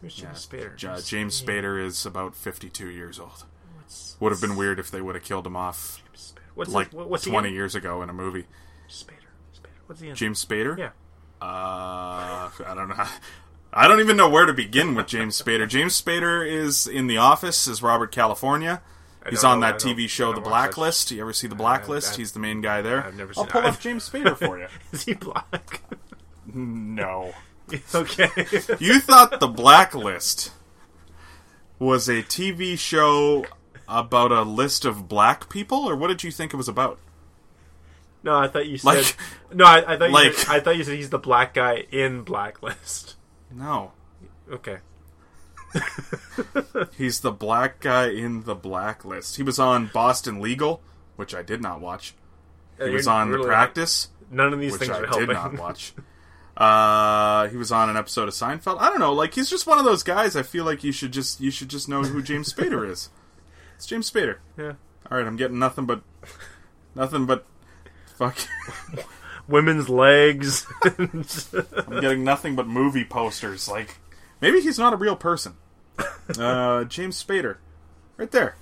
Who's James Spader? J- uh, James Spader is about 52 years old. Would have been weird if they would have killed him off Spader. What's like he, what- what's 20 he in? years ago in a movie. Spader. Spader. What's he in? James Spader? Yeah. Uh, I don't know. I don't even know where to begin with James Spader. James Spader is in The Office as Robert California. He's don't on know, I that don't- TV I show don't The watch that. Blacklist. You ever see The Blacklist? I've- He's the main guy there. I've never I'll seen pull it. up James Spader for you. Is he black? No. okay. You thought The Blacklist was a TV show about a list of black people, or what did you think it was about? No, I thought you said. Like- no, I, I thought you like- said, I thought you said he's the black guy in Blacklist. No. Okay. He's the black guy in The Blacklist. He was on Boston Legal, which I did not watch. He was on The Practice, None of these which things I are did helping. not watch. Uh, he was on an episode of Seinfeld. I don't know. Like he's just one of those guys. I feel like you should just you should just know who James Spader is. It's James Spader. Yeah. All right, I'm getting nothing but nothing but fuck. Women's legs. I'm getting nothing but movie posters. Like maybe he's not a real person. Uh, James Spader, right there.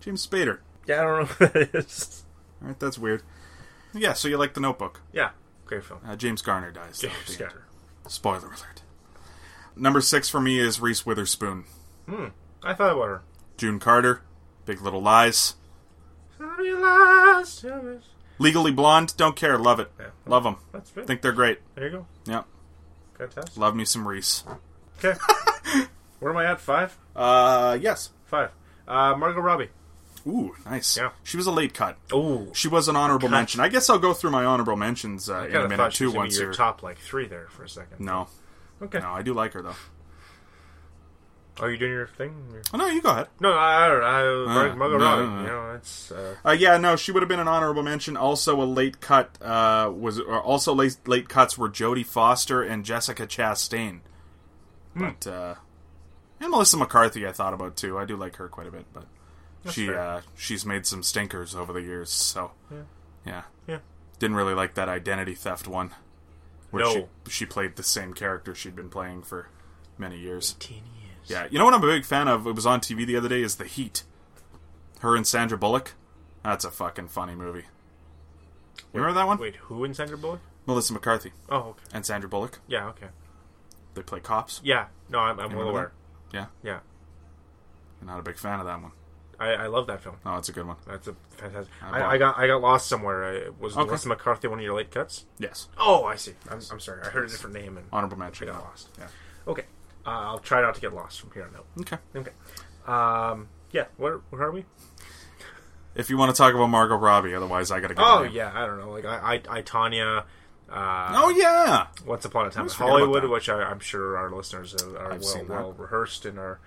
James Spader. yeah, I don't know what that is. All right, that's weird. Yeah, so you like the Notebook? Yeah, great film. Uh, James Garner dies. though, James at the end. Garner. Spoiler alert. Number six for me is Reese Witherspoon, I thought about her. June Carter, Big Little Lies, I realized it was- Legally Blonde. Don't care, love it, Yeah. love them. That's good. Think they're great. There you go. Yeah, Fantastic. love me some Reese. Okay. Where am I at? Five. Uh, yes. Five. Uh, Margot Robbie. Ooh, nice. Yeah. She was a late cut. Oh, She was an honorable mention. I guess I'll go through my honorable mentions uh, I in a kind of minute thought she too. was gonna be Once your you're top like three there for a second. no, Okay. no, I do like her though. Are you doing your thing? Your- Oh no, you go ahead. No, I don't know. I, Mar- Uh, Margot no, Robbie. no, no. You know, it's uh, Uh, yeah, no, she would have been an honorable mention. Also, a late cut uh, was or also late late cuts were Jodie Foster and Jessica Chastain, Hmm. but uh, and Melissa McCarthy. I thought about too. I do like her quite a bit, but she fair. uh, she's made some stinkers over the years. So yeah, yeah. didn't really like that identity theft one, where No. she she played the same character she'd been playing for many years. Teen years. Yeah, you know what I'm a big fan of? It was on TV the other day. Is The Heat? Her and Sandra Bullock. That's a fucking funny movie. You remember that one? Wait, who in Sandra Bullock? Melissa McCarthy Oh, okay. and Sandra Bullock. Yeah, okay. They play cops. Yeah, no, I'm, I'm well Remember aware. Yeah, Yeah. I'm not a big fan of that one. I, I love that film. Oh, it's a good one. That's a fantastic. I I, bought I got I got lost somewhere. I, was Okay. Melissa McCarthy one of your late cuts? Yes. Oh, I see. I'm, I'm sorry. I heard a different name and Honorable I mention. got lost. Oh, Yeah. Okay, uh, I'll try not to get lost from here on out. Okay. Okay. Um. Yeah. Where Where are we? If you want to talk about Margot Robbie, otherwise I gotta go. Oh yeah. I don't know. Like I I, I Tanya. Uh, Oh yeah. Once Upon a Time in always forget about Hollywood, that. which I, I'm sure our listeners are, are I've well, seen that. Mm-hmm. well rehearsed in our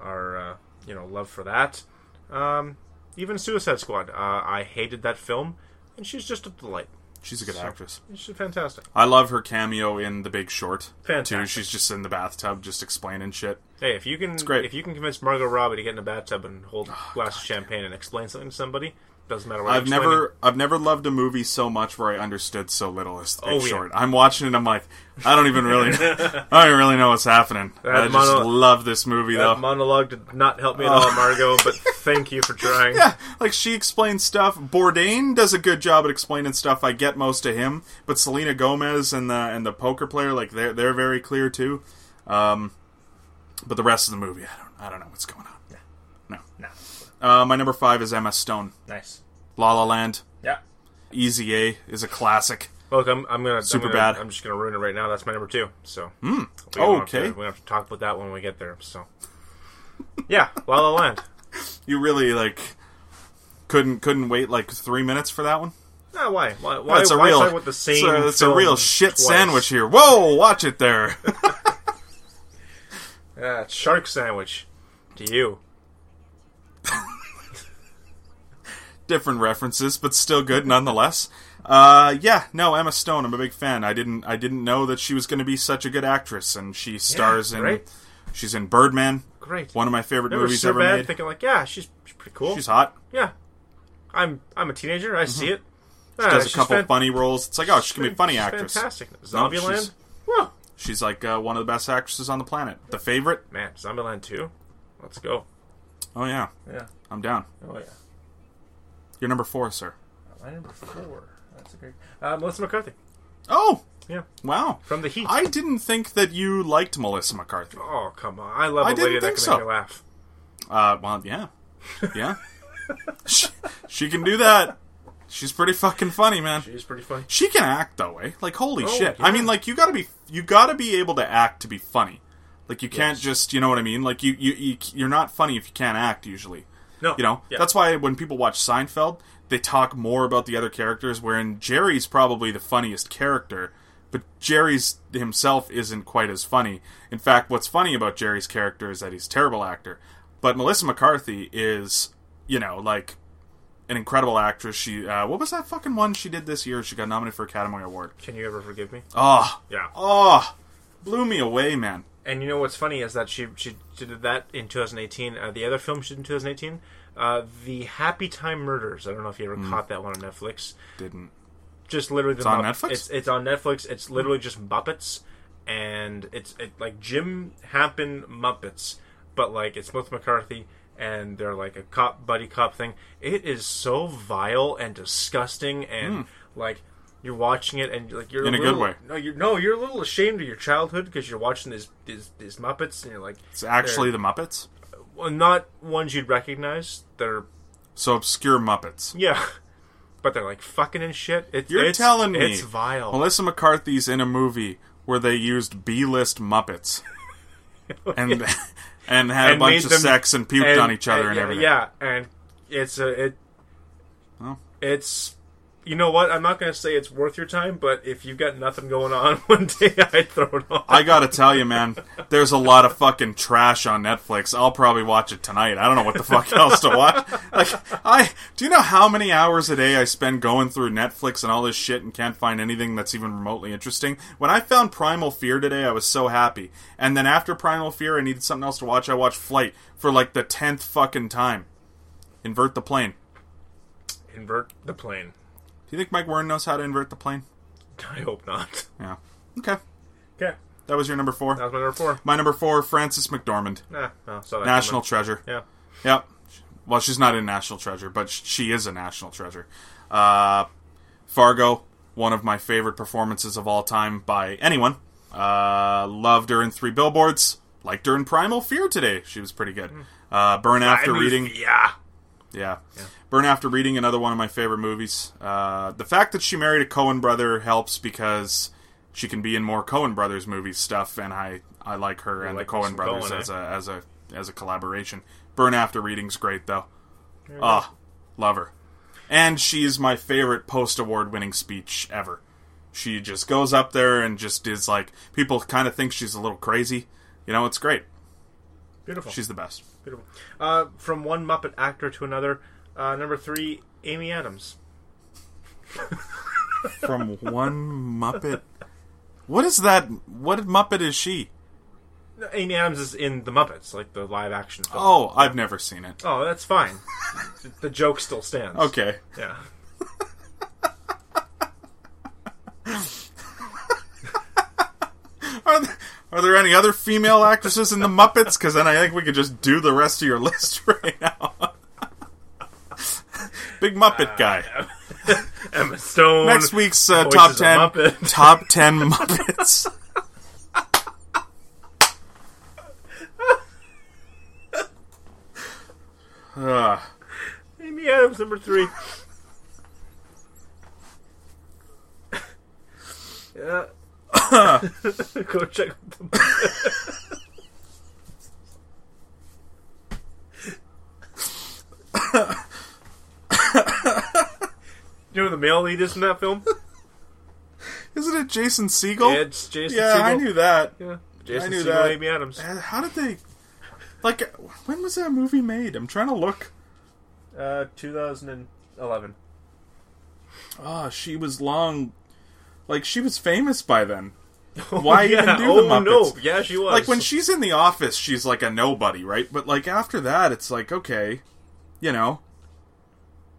our uh, you know love for that. Um, even Suicide Squad, uh, I hated that film, and she's just a delight. She's a good actress. She's fantastic. I love her cameo in The Big Short. Too. Fantastic. She's just in the bathtub, just explaining shit. Hey, if you can great. Oh, if you can convince Margot Robbie to get in a bathtub and hold a glass of champagne and explain something to somebody, doesn't matter what I've you're never, I've never loved a movie so much where I understood so little as The Big Oh, yeah. Short. I'm watching it, I'm like, I don't even really, I don't even really know what's happening. I just mono- love this movie explaining. though. That monologue did not help me at all, Margot. But thank you for trying. Oh. yeah, like she explains stuff. Bourdain does a good job at explaining stuff. I get most of him, but Selena Gomez and the and the poker player, like they're they're very clear too. Um, but the rest of the movie, I don't I don't know what's going on. No, No. Uh, my number five is Emma Stone. Nice. La La Land, Yeah. Easy A is a classic. Look, I'm, I'm gonna Super I'm gonna, bad. I'm just gonna ruin it right now. That's my number two. So we Oh, don't have to- okay. we don't have to talk about that when we get there. So yeah, La La Land. You really like couldn't couldn't wait like three minutes for that one. Ah, why? Why? Why, That's a why real side with the it's a- same? It's a, real film shit twice? sandwich here. Whoa, watch it there. Yeah, it's shark sandwich. To you. different references, but still good nonetheless. Uh, yeah, no, Emma Stone. I'm a big fan. I didn't, I didn't know that she was going to be such a good actress, and she stars in. right? She's in Birdman. Great. One of my favorite Remember movies so ever bad made. thinking like, yeah, she's, she's pretty cool. She's hot. yeah. I'm I'm a teenager. I see it. Ah, Does a she's couple fan- funny roles. It's like, oh, she can be a funny she's actress. Fantastic. No, she's- Zombieland. Whoa. She's like uh, one of the best actresses on the planet. The favorite. Man, Zombieland two. Let's go. Oh yeah, Yeah. I'm down. Oh yeah. You're number four, sir. My number four. That's a great. Uh, Melissa McCarthy. Oh Yeah. wow. From the Heat. I didn't think that you liked Melissa McCarthy. Oh come on! I love I a lady didn't that think can so. make me laugh. Uh, well, yeah, yeah. she, she can do that. She's pretty fucking funny, man. She's pretty funny. She can act though, eh? Like holy Oh, shit! yeah. I mean, like you gotta be you gotta be able to act to be funny. Like you can't just you know what I mean. Like you you, you you're not funny if you can't act usually. No, You know yeah. that's why when people watch Seinfeld, they talk more about the other characters. Wherein Jerry's probably the funniest character, but Jerry's himself isn't quite as funny. In fact, what's funny about Jerry's character is that he's a terrible actor. But Melissa McCarthy is you know like an incredible actress. She uh, what was that fucking one she did this year? She got nominated for Academy Award. Can you ever forgive me? Oh, Yeah. oh, blew me away, man. And you know what's funny is that she she did that in 2018. Uh, the other film she did in 2018, uh, the Happy Time Murders. I don't know if you Mm. ever caught that one on Netflix. Didn't. Just literally, the on Mupp- Netflix? It's, it's on Netflix. It's literally just Muppets, and it's it, like Jim Happen Muppets, but like it's Melissa McCarthy. And they're like a cop buddy cop thing. It is so vile and disgusting, and like you're watching it, and like you're Hmm. In a good little- way. No, you're no, you're a little ashamed of your childhood because you're watching these, these these Muppets, and you're like, It's actually the Muppets. well, not ones you'd recognize. They're So obscure Muppets. yeah, but they're like fucking and shit. It's, You're it's- telling me it's vile. Melissa McCarthy's in a movie where they used B-list Muppets and and had a And bunch made of them- sex and puked on each other and, yeah, everything. Yeah, and it's a it. Well. It's you know what? I'm not gonna say it's worth your time, but if you've got nothing going on one day, I'd throw it on. I gotta tell you, man, there's a lot of fucking trash on Netflix. I'll probably watch it tonight. I don't know what the fuck else to watch. Like, I do you know how many hours a day I spend going through Netflix and all this shit and can't find anything that's even remotely interesting? When I found Primal Fear today, I was so happy. And then after Primal Fear, I needed something else to watch. I watched Flight for like the tenth fucking time. Invert the plane. Invert the plane. Do you think Mike Warren knows how to invert the plane? I hope not. Yeah. Okay. Okay, That was your number four. that was my number four. My number four, Frances McDormand, Nah, no, saw that National coming. Treasure. Yeah. Yep. Well, she's not a national treasure, but sh- she is a national treasure. Uh, Fargo, one of my favorite performances of all time by anyone. Uh, loved her in Three Billboards. Liked her in Primal Fear today. She was pretty good. Uh, Burn After I mean, Reading. Yeah. Yeah. Burn After Reading, another one of my favorite movies. Uh, the fact that she married a Cohen brother helps because she can be in more Cohen brothers movies stuff, and I, I like her and like the Cohen some brothers Coen, as eh? a as a as a collaboration. Burn After Reading's great though. Ah, love her, and she's my favorite post award winning speech ever. She just goes up there and just is like people kind of think she's a little crazy. You know, it's great. Beautiful. She's the best. Beautiful. Uh, from one Muppet actor to another, uh, number three, Amy Adams. from one Muppet. What is that? What Muppet is she? No, Amy Adams is in the Muppets, like the live action film. Oh, I've never seen it. Oh, that's fine. the joke still stands. Okay. Yeah. Are there, are there any other female actresses in the Muppets? Because then I think we could just do the rest of your list right now. Big Uh, Muppet guy. Emma Stone. Next week's uh, Voices top of ten. Muppet. Top ten Muppets. Ah. Amy Adams, number three. yeah. Go check the You know the male lead is in that film? isn't it Jason Segel? It's Jason yeah, I Segel. knew that. Yeah. Jason I knew Segel, that. Amy Adams. Uh, How did they? Like, when was that movie made? I'm trying to look. Uh, 2011. Ah, she was long. Like, she was famous by then. Why even do oh, the Muppets? no. Yeah, she was. Like when she's in the office, she's like a nobody, right? But like after that, it's like okay, you know.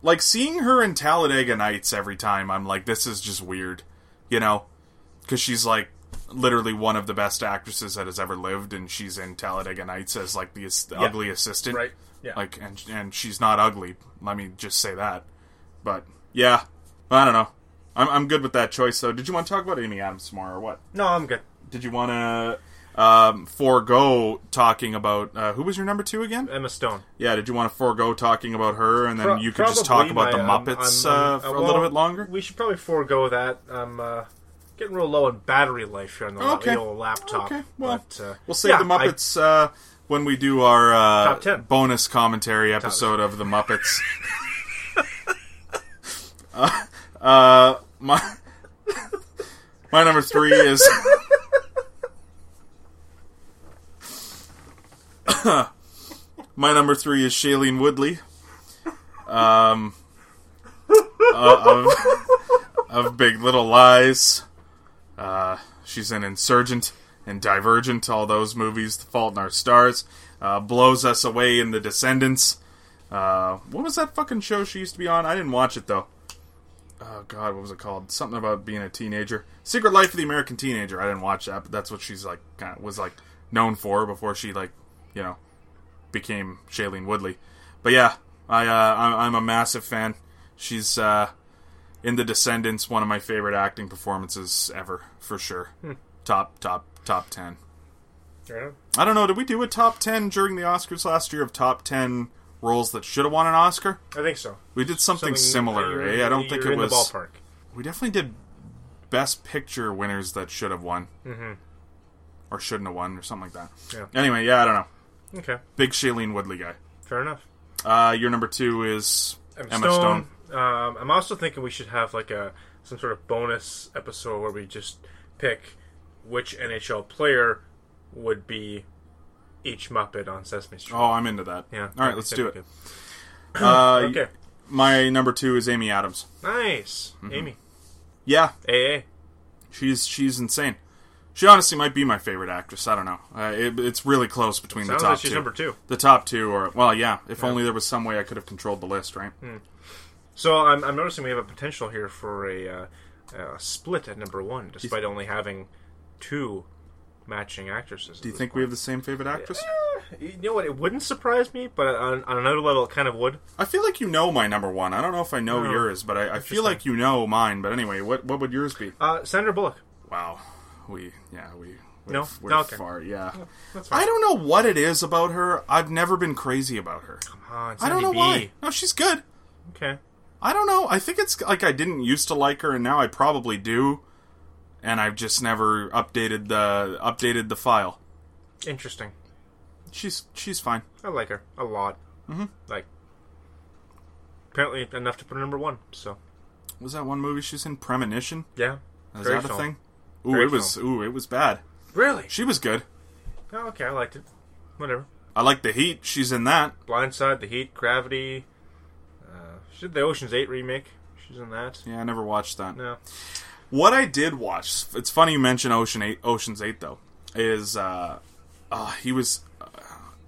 Like seeing her in Talladega Nights every time, I'm like, this is just weird, you know, because she's like literally one of the best actresses that has ever lived, and she's in Talladega Nights as like the, as- the ugly assistant, Right. Yeah. Like, and and she's not ugly. Let me just say that. But yeah, I don't know. I'm I'm good with that choice though. Did you want to talk about Amy Adams more or what? No, I'm good. did you want to um, forego talking about uh, who was your number two again? Emma Stone. Yeah, did you want to forego talking about her, and then Pro- you could just talk probably about the my, um, Muppets I'm- uh, I'm- for uh, a little well, bit longer? We should probably forego that. I'm uh, getting real low on battery life here on the, la- Okay. the old laptop. Okay, well, but, uh, We'll save yeah, the I- Muppets uh, when we do our Top uh, ten. bonus commentary episode of the Muppets. uh, uh, my my number three is. my number three is Shailene Woodley. Um, uh, of, of Big Little Lies. She's an insurgent and divergent. All those movies, The Fault in Our Stars, uh, blows us away in The Descendants. Uh, what was that fucking show she used to be on? I didn't watch it though. Oh God, what was it called? Something about being a teenager. Secret Life of the American Teenager. I didn't watch that, but that's what she's like. Kind of was like known for before she like, you know, became Shailene Woodley. But yeah, I uh, I- I'm a massive fan. She's uh, in The Descendants, one of my favorite acting performances ever, for sure. Hmm. Top, top, top 10. Yeah. I don't know, did we do a top 10 during the Oscars last year of top 10 roles that should have won an Oscar? I think so. We did something, Something- similar, you're- eh? I don't think you're it in was. the ballpark. We definitely did best picture winners that should have won. Mm-hmm. Or shouldn't have won, or something like that. Yeah. Anyway, yeah, I don't know. Okay, Big Shailene Woodley guy. fair enough. Uh, your number two is Emma, Stone. Um, I'm also thinking we should have like a some sort of bonus episode where we just pick which NHL player would be each Muppet on Sesame Street. Oh, I'm into that. yeah. All right, let's do Okay. it. Uh, Okay. My number two is Amy Adams. Nice, Mm-hmm. Amy. Yeah, AA. she's she's insane. She honestly might be my favorite actress. I don't know. Uh, it, it's really close between Sounds the top like she's two. number two. The top two, or well, yeah. If only there was some way I could have controlled the list, right? Hmm. So I'm, I'm noticing we have a potential here for a, uh, a split at number one, despite only having two matching actresses. Do you think we have the same favorite actress? You know what? It wouldn't surprise me, but on, on another level, it kind of would. I feel like you know my number one. I don't know if I Oh, know yours, but I, I feel like you know mine. But anyway, what what would yours be? Uh, Sandra Bullock. Wow. we yeah we we're, No? we're Okay. far yeah. That's fine. I don't know what it is about her. I've never been crazy about her. Oh, it's I don't know NDB. why. No, she's good. Okay. I don't know. I think it's like I didn't used to like her, and now I probably do, and I've just never updated the updated the file. Interesting. She's she's fine. I like her a lot. Mm-hmm. Like, apparently enough to put her number one. So Was that one movie she's in? Premonition. yeah, Is Very that a film. thing? Ooh, Very it was. Ooh, it was bad. Really? She was good. Oh, okay, I liked it. Whatever. I like the heat. She's in that. Blindside, The Heat, Gravity. Uh, she did the Ocean's Eight remake. She's in that. Yeah, I never watched that. No. What I did watch. It's funny you mention Ocean Eight. Ocean's Eight though is uh, uh he was. Uh,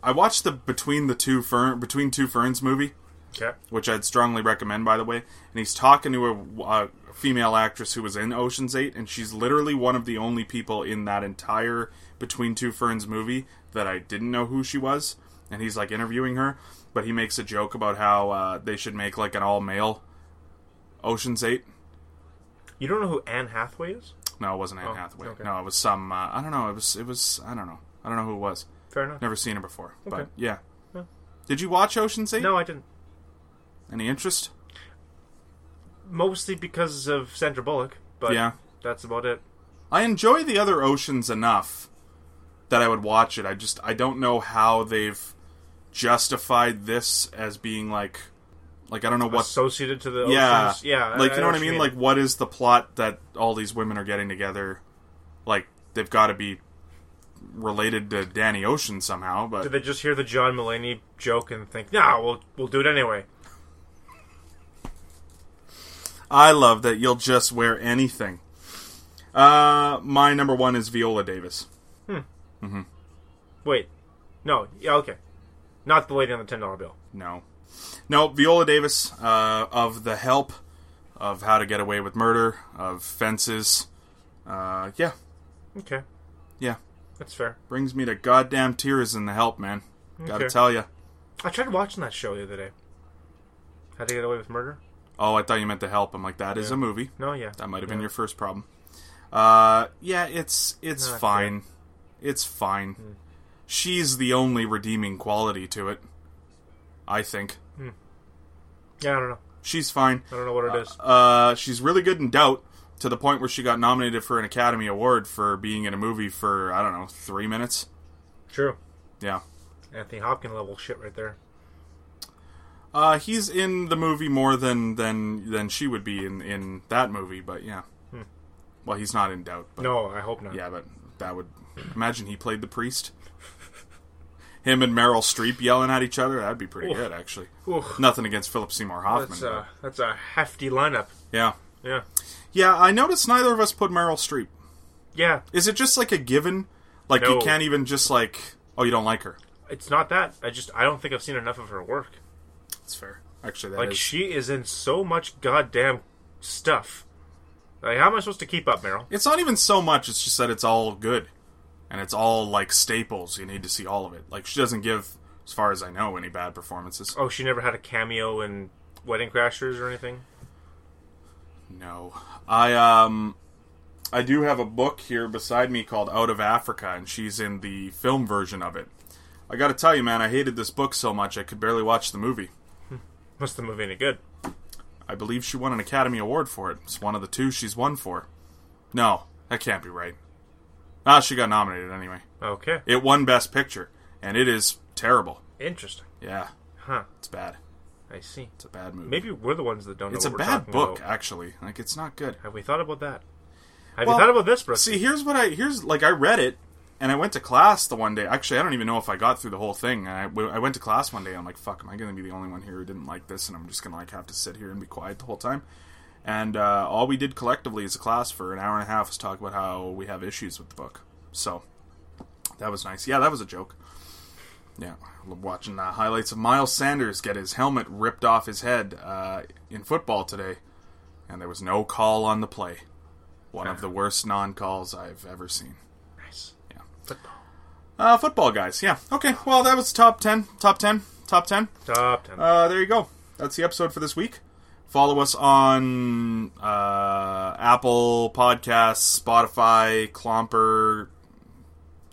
I watched the Between the Two Fern Between Two Ferns movie. Okay. which I'd strongly recommend, by the way. And he's talking to a, a female actress who was in Ocean's Eight, and she's literally one of the only people in that entire Between Two Ferns movie that I didn't know who she was. And he's like interviewing her, but he makes a joke about how uh, they should make like an all male Ocean's Eight. You don't know who Anne Hathaway is? No, it wasn't Anne Oh, Hathaway. okay. No, it was some. Uh, I don't know. It was. It was. I don't know. I don't know who it was. Fair enough. Never seen her before. But Okay. yeah. Yeah. Did you watch Ocean's Eight? No, I didn't. Any interest? Mostly because of Sandra Bullock, but Yeah. that's about it. I enjoy the other oceans enough that I would watch it. I just I don't know how they've justified this as being like like I don't know what Associated to the yeah oceans. Yeah. like you know what I mean? Like what is the plot that all these women are getting together? Like they've got to be related to Danny Ocean somehow, but Did they just hear the John Mulaney joke and think, nah, we'll, we'll do it anyway? I love that you'll just wear anything. Uh, my number one is Viola Davis. Wait. No. Yeah, okay. Not the lady on the $10 bill. No. No, Viola Davis uh, of The Help, of How to Get Away with Murder, of Fences. Uh, yeah, Okay. yeah. That's fair. Brings me to goddamn tears in The Help, man. Gotta Okay. tell you. I tried watching that show the other day. How to Get Away with Murder? Oh, I thought you meant The Help. I'm like, that is a movie. No, yeah. That might have been Yeah. your first problem. Uh, yeah, it's it's Not fine. It's fine. Hmm. She's the only redeeming quality to it. I think. Yeah, I don't know. She's fine. I don't know what it is. Uh, she's really good in Doubt to the point where she got nominated for an Academy Award for being in a movie for I don't know three minutes. True. Yeah, Anthony Hopkins level shit right there. uh, he's in the movie more than than than she would be in in that movie, but yeah. Hmm. Well, he's not in Doubt. But, No, I hope not. Yeah, but that would imagine he played the priest. Him and Meryl Streep yelling at each other. That'd be pretty Oof. good, actually. Oof. Nothing against Philip Seymour Hoffman. That's uh, but- a, that's a hefty lineup. yeah, Yeah. yeah. I noticed neither of us put Meryl Streep. Yeah. Is it just like a given? Like you No. can't even just like oh you don't like her. It's not that. I just I don't think I've seen enough of her work. That's fair. Actually, that Like is- she is in so much goddamn stuff. Like how am I supposed to keep up, Meryl? it's not even so much. It's just that it's all good, and it's all like staples. You need to see all of it. Like she doesn't give, as far as I know, any bad performances. Oh, she never had a cameo in Wedding Crashers or anything. No, I um, I do have a book here beside me called Out of Africa, and she's in the film version of it. I got to tell you, man, I hated this book so much I could barely watch the movie. Must the movie any good? I believe she won an Academy Award for it. It's one of the two she's won for. No, that can't be right. Ah, she got nominated anyway. Okay, It won Best Picture, and it is terrible. interesting, Yeah, huh? it's bad. I see. It's a bad movie. Maybe we're the ones that don't. it's know a what we're bad talking book, about. actually. Like, it's not good. Have we thought about that? Have Well, you thought about this, bro? See, here's what I here's like I read it, and I went to class the one day. Actually, I don't even know if I got through the whole thing. And I, w- I went to class one day. I'm like, fuck, am I going to be the only one here who didn't like this? And I'm just going to like have to sit here and be quiet the whole time. And uh, all we did collectively as a class for an hour and a half was talk about how we have issues with the book. So that was nice. Yeah, that was a joke. Yeah, I love watching the highlights of Miles Sanders get his helmet ripped off his head uh, in football today, and there was no call on the play. One of the worst non calls I've ever seen. Nice. Yeah. Football. Uh, football guys, yeah. Okay, well, that was top 10, top 10, top 10. Top ten. Uh, there you go. That's the episode for this week. Follow us on uh, Apple Podcasts, Spotify, Clomper,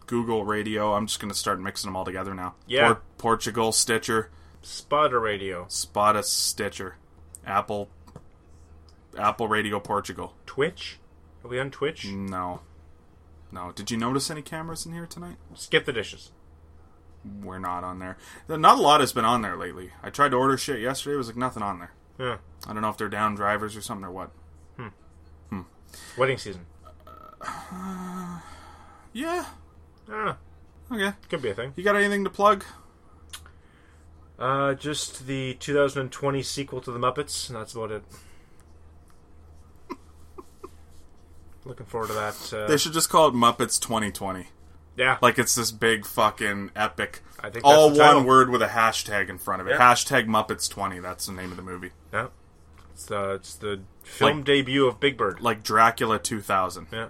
Google Radio. I'm just going to start mixing them all together now. Yeah. Portugal, Stitcher, Spotter Radio, Spot us Stitcher, Apple, Apple Radio Portugal. Twitch. Are we on Twitch? No. No. Did you notice any cameras in here tonight? Skip the dishes. We're not on there. Not a lot has been on there lately. I tried to order shit yesterday. It was like nothing on there. Yeah. I don't know if they're down drivers or something or what. Wedding season. Yeah. I don't know. Okay. Could be a thing. You got anything to plug? Uh, just the 2020 sequel to The Muppets, and that's about it. Looking forward to that. Uh, They should just call it Muppets 2020. yeah, Like it's this big fucking epic. I think that's all the title. one word with a hashtag in front of it. Yeah. Hashtag Muppets 20. That's the name of the movie. yeah. It's the it's the film Like- debut of Big Bird. Like Dracula 2000. Yeah,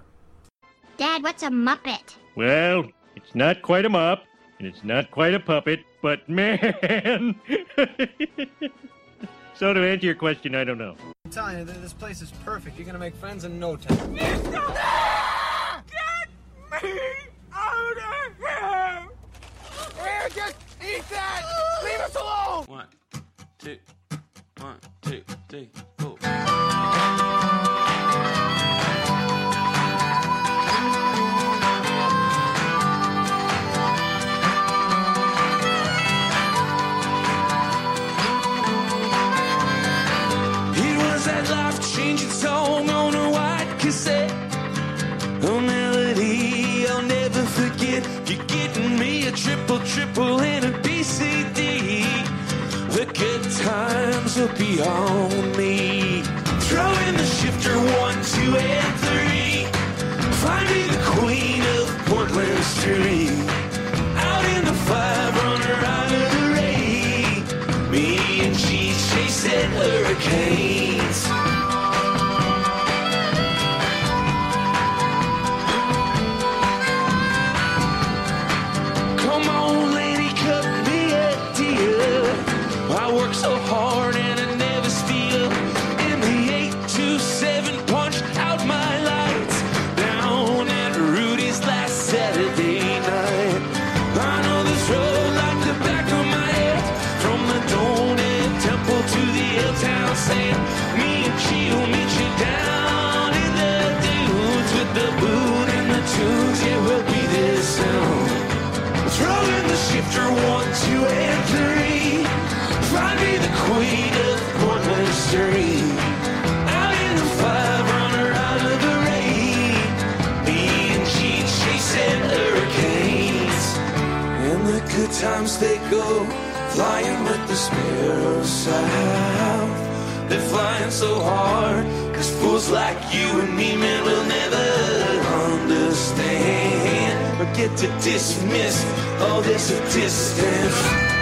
Dad, what's a Muppet? Well, it's not quite a mop, and it's not quite a puppet, but man. so to answer your question, I don't know. I'm telling you, th- this place is perfect. You're gonna make friends in no time. One, two, one, two, three, four. It was that life changing song on a white cassette. A melody I'll never forget. You're getting me a triple, triple, and a BCD. The good times will be on me. Throw in the shifter one, two, and three. Find me the queen of Portland Street. Out in the five runner out of the rain. Me and she chasing hurricanes. Come on, lady, cut me a deal. I work so hard and I never steal. In the 827 punch out my lights. Down at Rudy's last Saturday night. I know this road like the back of my head. From the donut temple to the Hilltown sand. Me and she will meet you down in the dunes with the boon and the tunes. Yeah, we'll be there soon. Throw in the shifter one, two, and three. Find me the queen of Portland Street. Out in the five runner out of the rain. Me and she chasing hurricanes. And the good times they go flying with the sparrows south. They're flying so hard, cause fools like you and me, man, will never understand. Or get to dismiss all this distance.